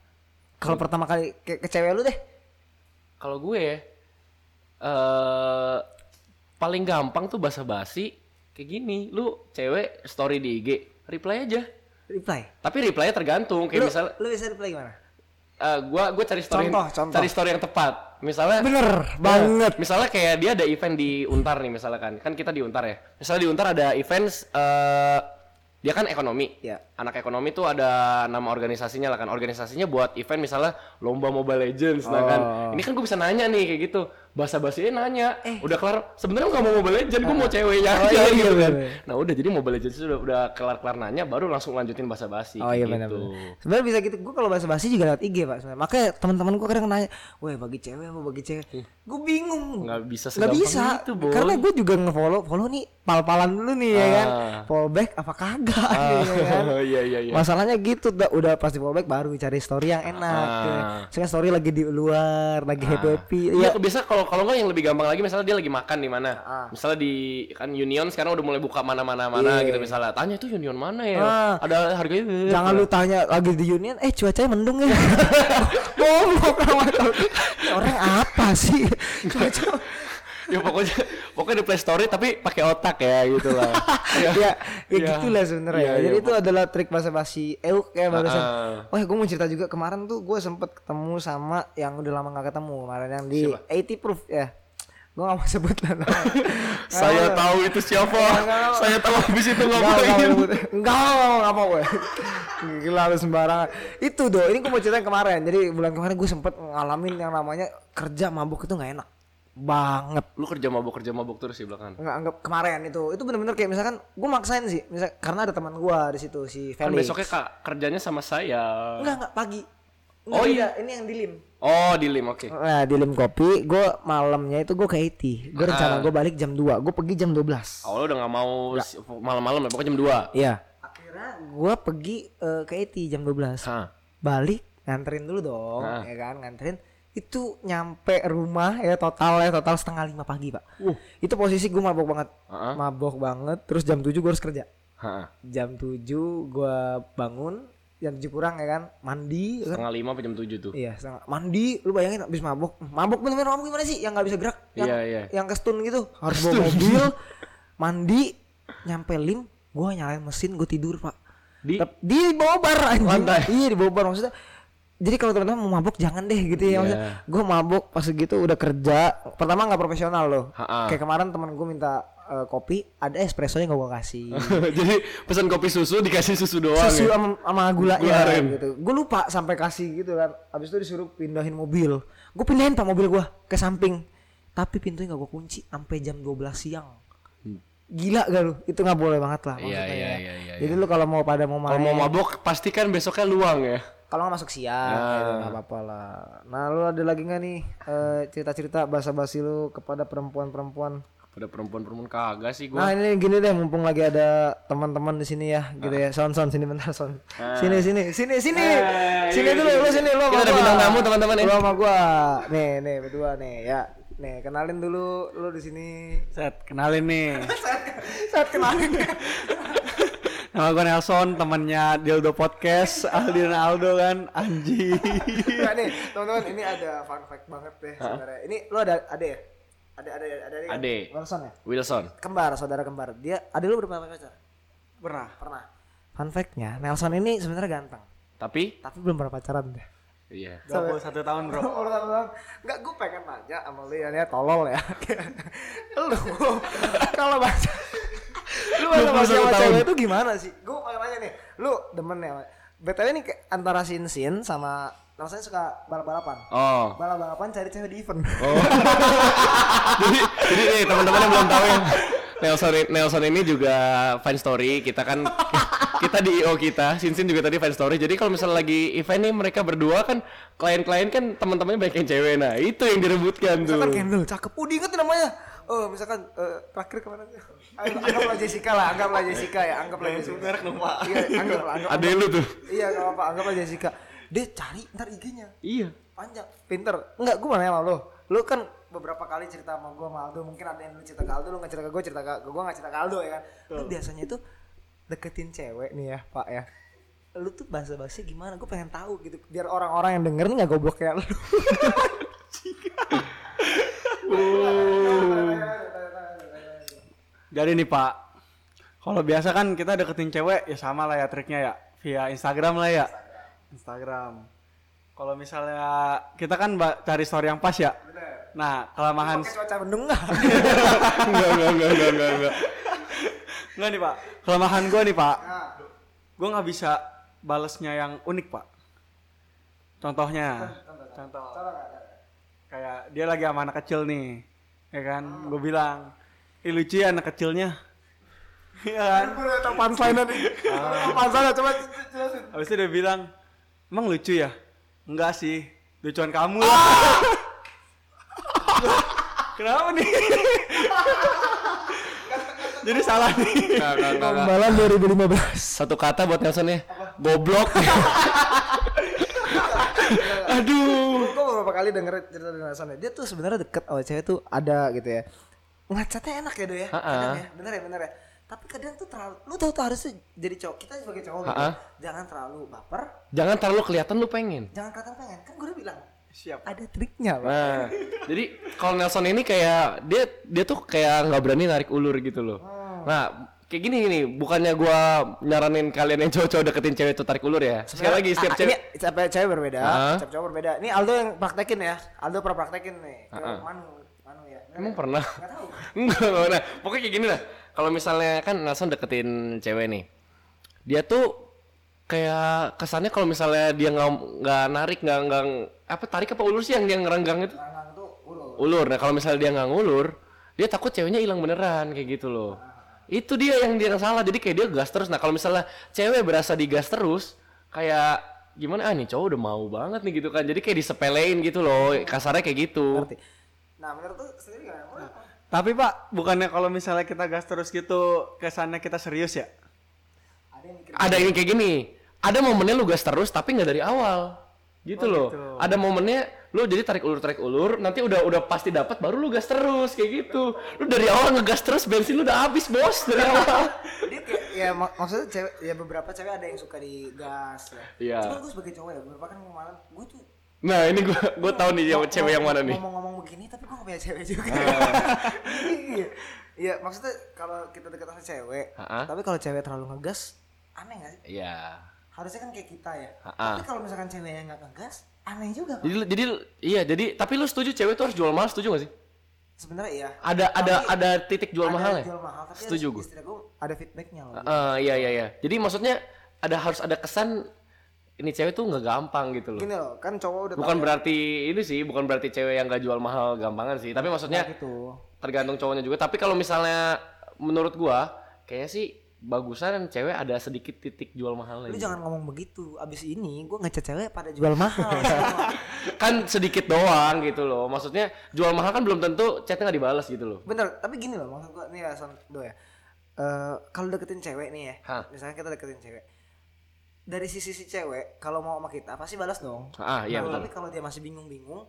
Kalau Hmm. pertama kali ke, ke cewek lu deh Kalau gue eh paling gampang tuh basa-basi kayak gini. Lu cewek story di IG, reply aja. Reply Tapi reply tergantung kayak Lu, misalnya lu biasa reply gimana? eh, gua gua cari story Contoh, contoh. cari story yang tepat. Misalnya Iya. Bener banget Misalnya kayak dia ada event di Untar nih misalnya kan. Kan kita di Untar ya. Misalnya di Untar ada event eh dia kan ekonomi. Iya. Anak ekonomi tuh ada nama organisasinya lah kan. Organisasinya buat event misalnya lomba Mobile Legends nah kan. Oh. Ini kan gue bisa nanya nih kayak gitu. Bahasa-bahasanya nanya. Udah kelar. Sebenarnya gak mau Mobile Legends, gue mau ceweknya Eh. Oh, aja iya, iya, gitu kan. bener. Nah, udah jadi Mobile Legends udah udah kelar-kelar nanya baru langsung lanjutin basa-basi Oh kayak iya gitu. benar. benar. Sebenarnya bisa gitu. Gue kalau bahasa basi juga lewat IG pak. Sebenarnya. Makanya teman-teman gue kadang nanya, weh bagi cewek apa bagi cewek? Gue bingung. Hmm. Nggak bisa Nggak segampang bisa. itu, Boy. Karena gue juga ngefollow, follow nih pal-palan dulu nih ya kan. Ah. Follow back apa kagak? ya kan? iya iya iya. Masalahnya gitu, udah, udah pasti follow back baru cari story yang enak. Ah. ya. Misalnya story lagi di luar, lagi happy happy. Ya, Iya, kok bisa kalau kalau nggak yang lebih gampang lagi misalnya dia lagi makan di mana. Ah. Misalnya di kan Union sekarang udah mulai buka mana-mana mana Iya. gitu misalnya. Tanya itu Union mana ya? Ah. Ada harganya. eh. Jangan lu tanya lagi di Union, eh cuacanya mendung ya. Goblok amat. Ya, Orang apa sih? Cuaca ya pokoknya pokoknya di Play Story tapi pakai otak ya gitu lah. ya, ya, Iya. gitulah sebenarnya. Iya, ya. Jadi iya, itu adalah trik bahasa basi euk ya barusan. Ah. Wah, gue mau cerita juga kemarin tuh gue sempet ketemu sama yang udah lama gak ketemu kemarin yang di 80 proof ya. Gue gak mau sebut lah. nama. Nah, Ah. Saya Nggak, tahu itu siapa. Saya tahu habis itu nggak mau ngapain. sebut. Nggak mau, nggak mau gue. Gila lu sembarangan. Itu do, ini gue mau ceritain kemarin. Jadi bulan kemarin gue sempet ngalamin yang namanya kerja mabuk itu nggak enak banget. Lu kerja mabuk kerja mabuk terus di belakang. Enggak, anggap kemarin itu. Itu bener-bener kayak misalkan gue maksain sih, misal karena ada teman gue di situ si Kan Felix. besoknya kak kerjanya sama saya. Enggak, enggak pagi. Oh, iya, ini yang dilim. Oh di lim oke. Nah, dilim kopi, gue malamnya itu gue ke IT. Gue Ah. rencana gue balik jam 2, gue pergi jam 12. Awalnya udah nggak mau si- malam-malam ya pokoknya jam 2 Iya. Akhirnya gue pergi eh, ke IT jam 12. Hah. Balik nganterin dulu dong, Ah. ya kan, nganterin itu nyampe rumah ya total ya total setengah lima pagi pak itu posisi gue mabok banget Ah. mabok banget terus jam 7 gue harus kerja Hah. jam 7 gue bangun jam 7 kurang ya kan mandi ya kan? Setengah lima apa jam tujuh tuh. Iya, setengah- mandi, lu bayangin abis mabok. Mabok bener-bener mabok gimana sih? Yang nggak bisa gerak, yang, Iya, iya. yang kestun gitu. Harus bawa mobil, mandi, nyampe lim, gua nyalain mesin, gue tidur, Pak. Di Tep- Di bawah bar anjing. Lantai. Iya, di bawah bar maksudnya. Jadi kalau teman-teman mau mabok jangan deh gitu Iya. ya. Maksudnya, gue mabok pas gitu udah kerja. Pertama nggak profesional loh. Ha-ha. Kayak kemarin teman gue minta eh, kopi, ada espresso yang gak gue kasih. Jadi pesan kopi susu dikasih susu doang. susu ya? sama sama Gula gulanya aren. gitu. Gue lupa sampai kasih gitu kan. Abis itu disuruh pindahin mobil. Gue pindahin pak mobil gua ke samping. Tapi pintunya nggak gue kunci sampai jam 12 siang. Gila gak lu? Itu nggak boleh banget lah maksudnya. iya, ya. iya, iya, Jadi lu kalau mau pada mau Kalau main, mau mabok pasti kan besoknya luang ya. kalau nggak masuk siang, gitu, nggak apa-apa lah. Nah lu ada lagi nggak nih eh, cerita-cerita basa-basi lu kepada perempuan-perempuan? Pada perempuan-perempuan kagak sih gua. Nah ini gini deh, mumpung lagi ada teman-teman di sini ya, gitu Ah. ya. Son, son, sini bentar, son. Sini, sini, sini, sini, Ah, sini dulu, lu sini, lu. sama iya, Kita ada gua. bintang tamu, teman-teman, ya. Lu sama gua, nih, nih berdua nih, ya. Nih kenalin dulu, lu di sini. Set, kenalin nih. Saat kenalin. Nama gue Nelson, temannya Dildo Podcast, Aldi dan Aldo kan, anjing. Nah, nih, teman-teman, ini ada fun fact banget deh sebenarnya. Ini lu ada ada ya? Ada ada ada ada. Ade. Wilson ya? Wilson. Kembar, saudara kembar. Dia ada lu berapa pacar? Pernah. Pernah. Fun fact-nya, Nelson ini sebenarnya ganteng, Tapi tapi belum pernah pacaran deh. iya. 21 tahun bro. Orang orang enggak gue pengen nanya sama lu ya, Nia, tolol ya. lu kalau baca lu kalau 21 baca sama tahun. cewek itu gimana sih? Gue pengen nanya nih, lu demen ya? BTW nih kayak antara Sinsin sama rasanya suka balap-balapan. Oh. Balap-balapan cari cewek di event. Oh. jadi jadi nih teman-teman yang belum tahu ya. Nelson Nelson ini juga fan story. Kita kan kita di IO kita, Sinsin juga tadi fan story. Jadi kalau misalnya lagi event nih mereka berdua kan klien-klien kan teman-temannya banyak yang cewek. Nah, itu yang direbutkan tuh. Misalkan Kendall cakep. Uh, diinget namanya. Oh, misalkan eh, terakhir kemana? Ang- Anggaplah Jessica lah, anggaplah Jessica ya, anggaplah Jessica. lupa. Iya, anggaplah, anggaplah. Ada lu tuh. Iya, enggak apa-apa, anggaplah Jessica. Dia cari ntar IG-nya. Iya. panjang pinter enggak gue mana sama lo lo kan beberapa kali cerita sama gue sama Aldo mungkin ada yang lu cerita ke Aldo lu nggak cerita ke gue cerita ke gue nggak cerita ke Aldo ya kan lu biasanya itu deketin cewek nih ya pak ya lu tuh bahasa bahasa gimana gue pengen tahu gitu biar orang-orang yang denger nih nggak goblok kayak lu Jadi nih Pak, kalau biasa kan kita deketin cewek ya sama lah ya triknya ya via Instagram lah ya. Instagram. Kalau misalnya kita kan ba- cari story yang pas ya. Nah kelemahan pakai cuaca mendung nggak Enggak, enggak, enggak, enggak, enggak, enggak. nggak nih Pak. Kelemahan gue nih Pak, gue nggak bisa balesnya yang unik Pak. Contohnya, contoh kayak dia lagi sama anak kecil nih, ya kan? Gue bilang, Ih, lucu ya anak kecilnya. Iya kan? gue udah tau punchline nih punchline coba jelasin Habis itu dia bilang, emang lucu ya? Enggak sih, lucuan kamu lah. Kenapa nih? Jadi salah nih. Enggak, enggak, enggak, enggak. pembalan 2015 Satu kata buat Nelson ya. Goblok. Aduh. gue beberapa kali denger cerita dari Hasan ya, dia tuh sebenarnya deket sama cewek tuh ada gitu ya ngacatnya enak ya do ya kadang ya bener ya bener ya tapi kadang tuh terlalu lu tau tuh harusnya jadi cowok kita sebagai cowok gitu Ha-ha. jangan terlalu baper Jangan terlalu kelihatan lu pengen. jangan kelihatan pengen kan gue udah bilang Siap. ada triknya pak Nah, jadi kalau Nelson ini kayak dia dia tuh kayak nggak berani narik ulur gitu loh. Ah. Nah, kayak gini gini, bukannya gua nyaranin kalian yang cowok-cowok deketin cewek itu tarik ulur ya. Sekali lagi setiap Ah, cewek ini setiap cewek berbeda Ha-ha. setiap cowok berbeda ini Aldo yang praktekin ya Aldo pernah praktekin nih ke Manu Manu ya emang pernah. nggak tahu Enggak, enggak pernah. Pokoknya kayak gini lah. Kalau misalnya kan Nelson deketin cewek nih. Dia tuh kayak kesannya kalau misalnya dia nggak nggak narik nggak nggak apa tarik apa ulur sih yang dia ngerenggang itu Manu tuh urut ulur. Nah kalau misalnya dia nggak ngulur, dia takut ceweknya hilang beneran kayak gitu loh. Itu dia yang dia yang salah. Jadi kayak dia gas terus. Nah kalau misalnya cewek berasa digas terus, kayak gimana ah nih cowok udah mau banget nih gitu kan. Jadi kayak disepelein gitu loh. Kasarnya kayak gitu. ngerti nah menurut tuh sendiri gimana Menurut lu? Tapi Pak, bukannya kalau misalnya kita gas terus gitu, kesannya kita serius ya? ada yang mikir Ada ini kayak gini. Ada momennya lu gas terus tapi nggak dari awal. Gitu loh. Ada momennya lu jadi tarik ulur tarik ulur, nanti udah udah pasti dapat baru lu gas terus kayak gitu. Lu dari awal ngegas terus bensin lu udah habis, Bos, dari awal. dia kayak ya mak- maksudnya cewek ya beberapa cewek ada yang suka digas ya. Iya. Cuman gue sebagai cowok ya beberapa kan kemarin gue tuh Nah ini gue gue tahu nih yang cewek yang mana nih. Ah. ngomong-ngomong begini tapi gue gak punya cewek juga. Iya. Iya maksudnya kalau kita deket sama cewek, Ha-ha. tapi kalau cewek terlalu ngegas aneh gak sih? Iya. Harusnya kan kayak kita ya. Ha-ha. Tapi kalau misalkan ceweknya nggak ngegas aneh juga. Pak. Jadi lu- jadi lu- iya jadi tapi lu setuju cewek tuh harus jual mahal setuju gak sih? Sebenarnya iya. Ada ada ada titik jual Ada mahal ya? Jual mahal tapi Setuju harus- gue. istilah gue ada feedbacknya loh. Eh, iya iya iya. Jadi maksudnya ada harus ada kesan ini cewek tuh nggak gampang gitu loh. Gini loh, kan cowok udah Bukan berarti ini sih, bukan berarti cewek yang gak jual mahal gampangan sih. Tapi maksudnya gitu. tergantung cowoknya juga. Tapi kalau misalnya menurut gua kayaknya sih bagusan cewek ada sedikit titik jual mahalnya. Lu gitu. jangan ngomong begitu. Abis ini gue ngecat cewek pada jual mahal. semua. kan sedikit doang gitu loh. Maksudnya jual mahal kan belum tentu chatnya nggak dibalas gitu loh. Bener, tapi gini loh maksud gua nih ya Son Do ya. Eh, kalau deketin cewek nih ya, Hah. misalnya kita deketin cewek. Dari sisi si cewek, kalau mau sama kita pasti balas dong. Ah iya Nah, betul. Tapi kalau dia masih bingung-bingung,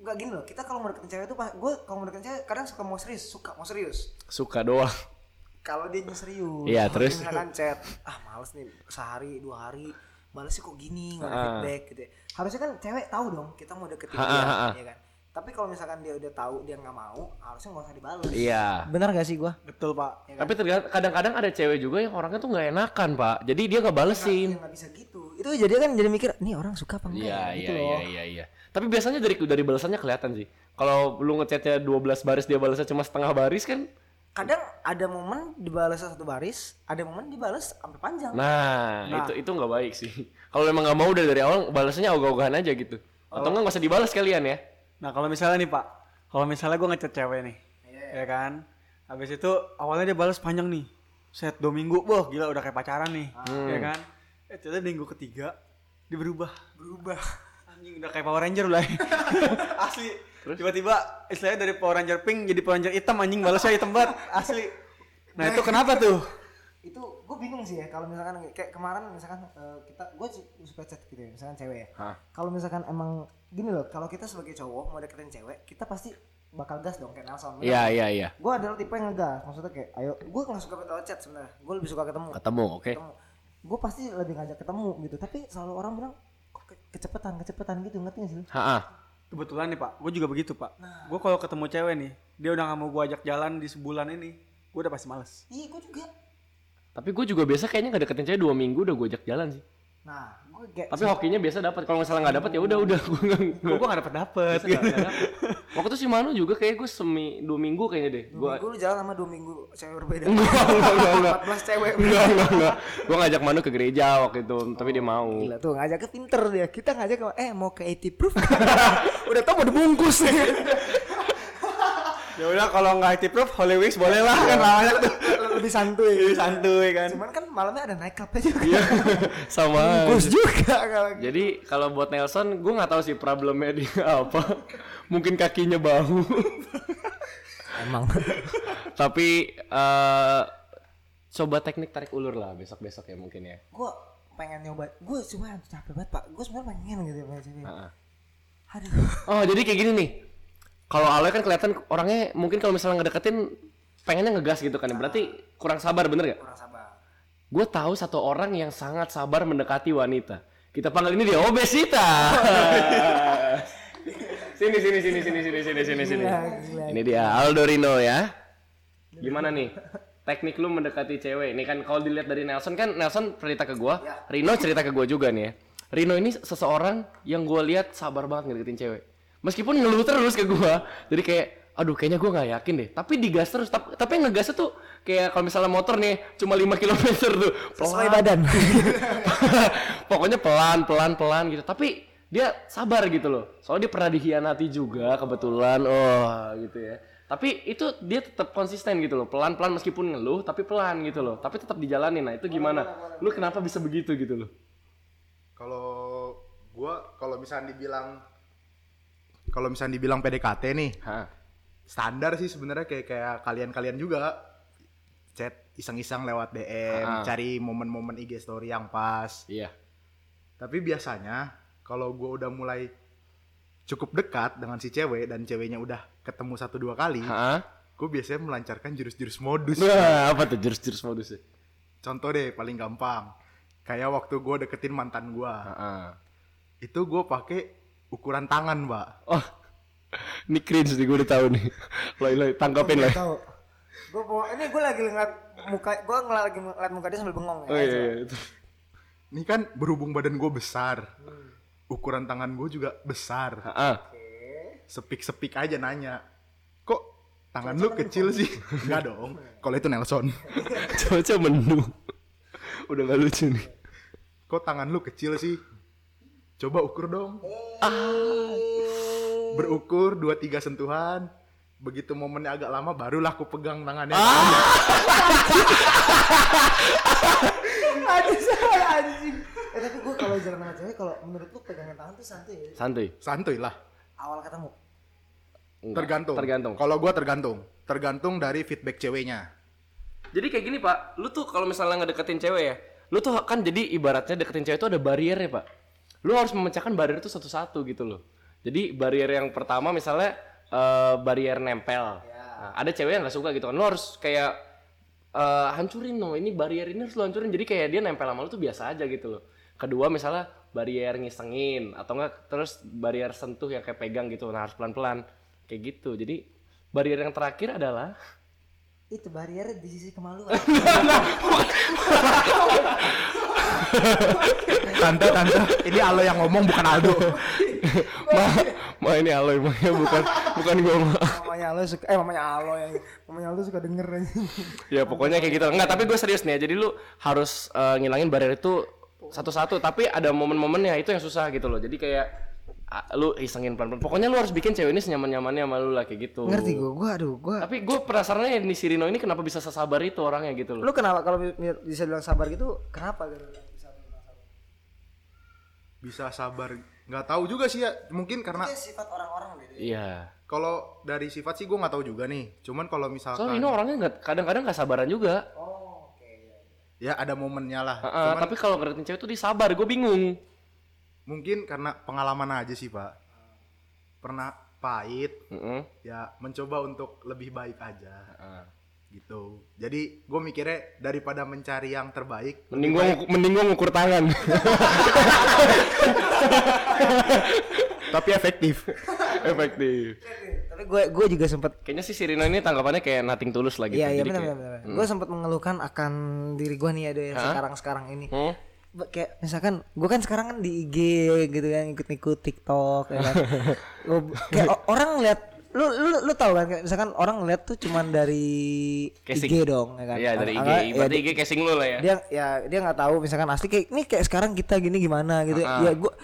nggak gini loh. Kita kalau mau deketin cewek tuh, gue kalau mau deketin cewek kadang suka mau serius, suka mau serius. Suka doang. kalau dia serius Kalau Iya, terus? misalkan chat ah males nih sehari dua hari balasnya kok gini nggak ada Ah. feedback gitu ya. harusnya kan cewek tahu dong kita mau deketin Ha, dia ha, ha. ya kan tapi kalau misalkan dia udah tahu dia nggak mau harusnya nggak usah dibalas Iya. benar gak sih gua Betul, Pak. ya kan? Tapi terga- kadang-kadang ada cewek juga yang orangnya tuh nggak enakan pak. Jadi dia nggak balesin. Ya, nggak bisa gitu itu jadi kan jadi mikir nih orang suka apa enggak Iya ya?" iya gitu loh iya iya iya. Tapi biasanya dari dari balasannya kelihatan sih. Kalau lu ngechatnya 12 baris dia balasnya cuma setengah baris kan. kadang ada momen dibalas satu baris ada momen dibalas sampai panjang Nah, itu itu nggak baik sih. Kalau emang nggak mau udah dari awal balasnya ogah-ogahan aja gitu. Atau nggak nggak usah dibalas kalian ya. Nah, kalau misalnya nih, Pak. Kalau misalnya gue ngechat cewek nih. Ya kan? Habis itu awalnya dia balas panjang nih. Set dua minggu, wah gila udah kayak pacaran nih. Ya kan? Eh, ternyata minggu ketiga dia berubah. berubah Anjing udah kayak Power Ranger lah. Asli. Tiba-tiba istilahnya dari Power Ranger pink jadi Power Ranger hitam anjing balasnya hitam banget. Asli. Nah, itu kenapa tuh? itu gue bingung sih ya kalau misalkan kayak kemarin misalkan eh, kita gue suka chat gitu ya misalkan cewek ya Hah. kalau misalkan emang gini loh kalau kita sebagai cowok mau deketin cewek kita pasti bakal gas dong kayak Nelson Iya iya iya. gue adalah tipe yang ngegas maksudnya kayak ayo gue nggak suka lewat chat sebenarnya gue lebih suka ketemu Ketemu, oke. ketemu gue pasti lebih ngajak ketemu gitu tapi selalu orang bilang kok ke- kecepetan kecepetan gitu ngerti gak sih lu? Ha-ha. Kebetulan nih, Pak. Gue juga begitu, Pak. Gue kalau ketemu cewek nih, dia udah gak mau gue ajak jalan di sebulan ini. Gue udah pasti males. iya gue juga Tapi gue juga biasa kayaknya nggak deketin cewek dua minggu udah gue ajak jalan sih. nah gue kayak Tapi hokinya biasa dapat. Kalau misalnya nggak dapat ya udah udah gue nggak- Gue gak dapet-dapet. Nggak- nggak dapet. Waktu itu si Manu juga kayak gue semi dua minggu kayaknya deh. dua Gue minggu lu jalan sama dua minggu cewek berbeda enggak enggak enggak enggak 14 cewek enggak enggak enggak. Gue ngajak Manu ke gereja waktu itu, tapi dia mau. Oh, Gila tuh ngajaknya pinter dia. Kita ngajak ke- eh mau ke 80 proof. Udah tau mau dibungkus nih. Iya. ya udah kalau nggak IT proof, Holy Wings boleh lah kan namanya tuh. Lebih santuy. Lebih santuy kan. Cuman kan malamnya ada naik kapnya juga. Iya. Sama. Bungkus Iya. juga kalau gitu. Jadi kalau buat Nelson, gue nggak tahu sih problemnya dia apa. Mungkin kakinya bau. emang. Tapi eh coba teknik tarik ulur lah besok-besok ya mungkin ya. Gua pengen nyoba. Gua cuma capek banget, Pak. Gua sebenarnya pengen gitu ya, Pak. Heeh. Aduh. Oh jadi kayak gini nih. Kalau Aloy kan kelihatan orangnya mungkin kalau misalnya ngedeketin pengennya ngegas gitu kan. Berarti kurang sabar bener gak? Kurang sabar. Gue tahu satu orang yang sangat sabar mendekati wanita. Kita panggil ini dia obesitas. sini sini sini sini sini sini sini sini. Gila, gila. Ini dia Aldo Rino ya. Gimana nih? Teknik lu mendekati cewek. Ini kan kalau dilihat dari Nelson kan Nelson cerita ke gua, Ya. Rino cerita ke gua juga nih ya. Rino ini seseorang yang gua lihat sabar banget ngedeketin cewek. Meskipun ngeluh terus ke gua. Jadi kayak aduh kayaknya gua nggak yakin deh. Tapi digas terus tapi, tapi ngegasnya tuh kayak kalau misalnya motor nih cuma 5 km tuh. Sesuai badan. Pokoknya pelan pelan pelan gitu. Tapi dia sabar gitu loh. Soalnya dia pernah dikhianati juga kebetulan. Oh, gitu ya. Tapi itu dia tetap konsisten gitu loh. Pelan-pelan meskipun ngeluh tapi pelan gitu loh. Tapi tetap dijalanin. Nah, itu gimana? Lu kenapa bisa begitu gitu loh? Kalau gua kalau misalnya dibilang kalau misalnya dibilang PDKT nih, Hah. standar sih sebenarnya kayak kayak kalian-kalian juga chat iseng-iseng lewat DM, Ah. cari momen-momen IG story yang pas. Iya. Tapi biasanya kalau gua udah mulai cukup dekat dengan si cewek dan ceweknya udah ketemu satu dua kali, Heeh. gue biasanya melancarkan jurus-jurus modus. Nah, apa tuh jurus-jurus modusnya? Contoh deh paling gampang. Kayak waktu gue deketin mantan gua Heeh. itu gue pakai ukuran tangan, Mbak. Oh. Ini cringe nih gue udah tahu nih. Loy, loy, tangkapin loy. Tahu. Gua mau- ini gua lagi ngeliat muka gua ngeliat lagi ngeliat muka dia sambil bengong ya. Oh iya, iya. itu. Ini kan berhubung badan gue besar, ukuran tangan gue juga besar. Heeh. Sepik-sepik aja nanya, kok tangan lu kecil sih? Enggak dong. Kalau itu Nelson. Coba-coba menu. Udah gak lucu nih. Kok tangan lu kecil sih? Coba ukur dong. Ah. Berukur 2-3 sentuhan. Begitu momennya agak lama barulah aku pegang tangannya. Aduh, salah anjing. Eh tapi gua kalau jalan sama cewek kalau menurut lu pegangan tangan tuh santuy ya. Santuy. Santuy lah. Awal ketemu. Enggak. Tergantung. Tergantung. Kalau gua tergantung. Tergantung dari feedback ceweknya. Jadi kayak gini pak, lu tuh kalau misalnya ngedeketin cewek ya, lu tuh kan jadi ibaratnya deketin cewek itu ada barrier ya pak. Lu harus memecahkan barrier itu satu-satu gitu loh. Jadi barrier yang pertama misalnya eh, barrier nempel. Nah, ada cewek yang nggak suka gitu kan, lu harus kayak eh, hancurin no ini barrier ini harus lu hancurin jadi kayak dia nempel sama lu tuh biasa aja gitu loh kedua misalnya barrier ngisengin atau enggak terus barrier sentuh yang kayak pegang gitu nah harus pelan pelan kayak gitu jadi barrier yang terakhir adalah Itu barrier di sisi kemaluan. Tante, tante, ini Alo yang ngomong bukan Aldo. ma, ma ini aloy ma ya bukan bukan gue ma mamanya lo suka eh mamanya Alo yang mamanya lo suka denger aja. ya pokoknya kayak gitu enggak tapi gue serius nih ya jadi lu harus eh, ngilangin barrier itu satu-satu tapi ada momen-momennya itu yang susah gitu loh jadi kayak ah, lu isengin pelan-pelan pokoknya lu harus bikin cewek ini senyaman-nyamannya sama lu lah kayak gitu ngerti gue gue aduh gue tapi gue penasarannya nih si Rino ini kenapa bisa sesabar itu orangnya gitu loh lu kenapa kalau bi- bi- bisa bilang sabar gitu kenapa gitu bisa bilang sabar? Bisa sabar. Nggak tahu juga sih ya. Mungkin karena Iya Itu sifat orang-orang gitu. iya kalau dari sifat sih gue nggak tahu juga nih. Cuman kalau so misalkan Rino orangnya nggak- kadang-kadang nggak sabaran juga Oh, ya ada momennya lah. Ah, ah, tapi kalau ngeretin cewek tuh disabar gue bingung Mungkin karena pengalaman aja sih pak. Pernah pahit, Heeh. ya mencoba untuk lebih baik aja Ah. gitu. Jadi gue mikirnya daripada mencari yang terbaik, mending gue mending gua ngukur tangan tapi efektif. efektif tapi gue gue juga sempet kayaknya sih si Rino ini tanggapannya kayak nothing tulus lah gitu Iya iya Jadi benar kayak, benar benar. Gue sempat mengeluhkan akan diri gue nih ya deh sekarang sekarang ini. "Hmm? Be- Kayak misalkan gue kan sekarang kan di IG gitu kan ikut-ikut TikTok ya kan. Gua- kayak o- orang lihat lu lu lu tahu kan kayak misalkan orang lihat tuh cuman dari Casing. IG dong ya kan. Iya dari IG, Karena- ya, berarti IG casing lu lah ya. dia ya dia nggak tahu misalkan asli kayak ini kayak sekarang kita gini gimana gitu ya gue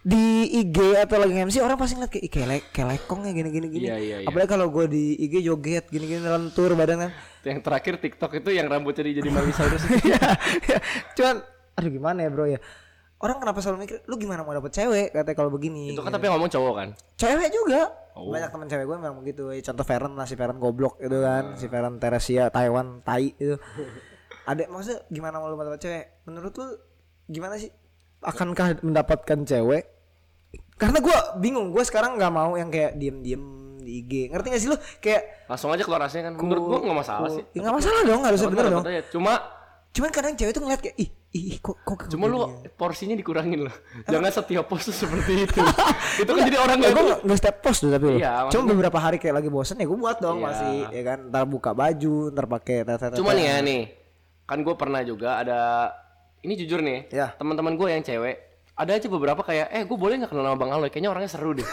di IG atau lagi MC orang pasti ngeliat kayak "Ih, kayak, le- kayak lekong ya gini gini gini Iya, iya, iya. apalagi kalau gue di IG joget gini gini lentur badan kan Yang terakhir TikTok itu yang rambutnya jadi Miley Cyrus. Iya, cuman aduh gimana ya bro ya orang kenapa selalu mikir lu gimana mau dapet cewek katanya kalau begini itu kan tapi ngomong cowok kan. cewek juga Oh. banyak teman cewek gue memang begitu ya. contoh Feren lah si Feren goblok gitu Ah. kan si Feren Teresia Taiwan Tai gitu ada maksudnya gimana mau lu dapet cewek menurut lu gimana sih akankah mendapatkan cewek karena gue bingung gue sekarang nggak mau yang kayak diem diem di IG ngerti gak sih lu kayak Langsung aja keluar rasanya kan. Menurut gua nggak masalah sih. ya nggak masalah dong harusnya Dapat bener mah dong dapat aja. Cuma cuman kadang cewek tuh ngeliat kayak ih ih ih, kok kok cuma lu iya. porsinya dikurangin loh. Jangan setiap pose seperti itu. itu kan jadi orang Ya nggak gue gak setiap post tuh tapi loh. Iya, Cuma beberapa hari kayak lagi bosen ya gue buat dong Iya. masih ya kan. Ntar buka baju, ntar pakai tata Cuma nih ya nih. Kan gue pernah juga ada ini jujur nih. Iya. Teman-teman gue yang cewek ada aja beberapa kayak eh gue boleh nggak kenal sama Bang Aloy kayaknya orangnya seru deh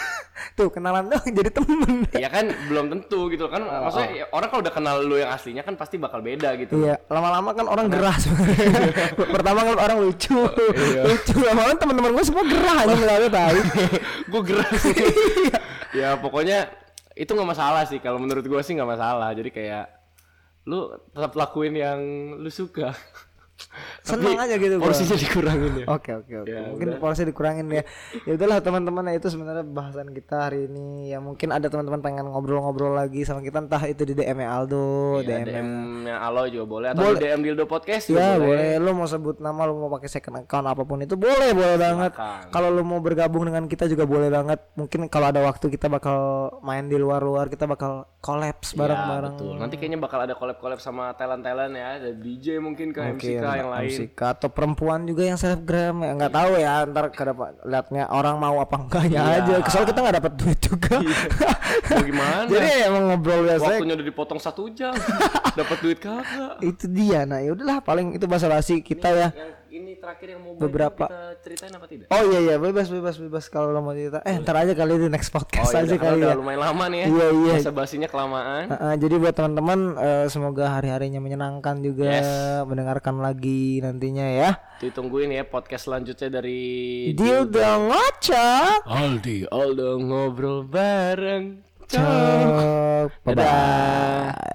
Tuh kenalan dong jadi temen. ya kan belum tentu gitu kan maksudnya ya, orang kalau udah kenal lu yang aslinya kan pasti bakal beda gitu Iya, lama-lama kan orang gerah sebenarnya. Pertama kan orang lucu, Oh, iya. lucu. Lama-lama teman-teman gue semua gerah aja ngeliatnya tahu. gue gerak Iya. ya pokoknya itu nggak masalah sih kalau menurut gue sih nggak masalah jadi kayak lu tetap lakuin yang lu suka Seneng Tapi aja gitu Oh, gua. porsinya dikurangin ya Oke oke oke. Mungkin porsi dikurangin ya. Ya udahlah teman-teman ya itu sebenarnya bahasan kita hari ini. Ya mungkin ada teman-teman pengen ngobrol-ngobrol lagi sama kita entah itu di DM Aldo, Ya, DM DM nya Aloy juga boleh atau lu DM Dildo Podcast juga Ya boleh. boleh. lo mau sebut nama, lo mau pakai second account apapun itu boleh, boleh banget. Kalau lo mau bergabung dengan kita juga boleh banget. Mungkin kalau ada waktu kita bakal main di luar-luar, kita bakal collapse Ya, bareng-bareng. betul. Nanti kayaknya bakal ada collab-collab sama talent-talent ya, ada DJ mungkin ke MCK yang lain. MCK atau perempuan juga yang selebgram ya nggak tahu ya ntar kedapa liatnya orang mau apa enggaknya aja kesal kita nggak dapat duit juga Iya. Mau gimana? jadi emang ngobrol biasa Waktunya udah dipotong satu jam, dapat duit kagak? itu dia nah ya udahlah paling itu bahasa basi kita ya Yang ini terakhir yang mau Beberapa. kita ceritain apa tidak? oh iya iya bebas bebas bebas kalau lo mau cerita eh ntar aja kali di next podcast Oh, aja iya, karena kali udah ya lumayan lama nih ya. Iya, iya. Bahasa basinya kelamaan. Heeh, jadi buat teman-teman eh, semoga hari-harinya menyenangkan juga Yes. mendengarkan lagi nantinya ya. Ditungguin ya podcast selanjutnya dari Deal dong ngocok. Aldi Aldo ngobrol bareng. Ciao. Bye bye.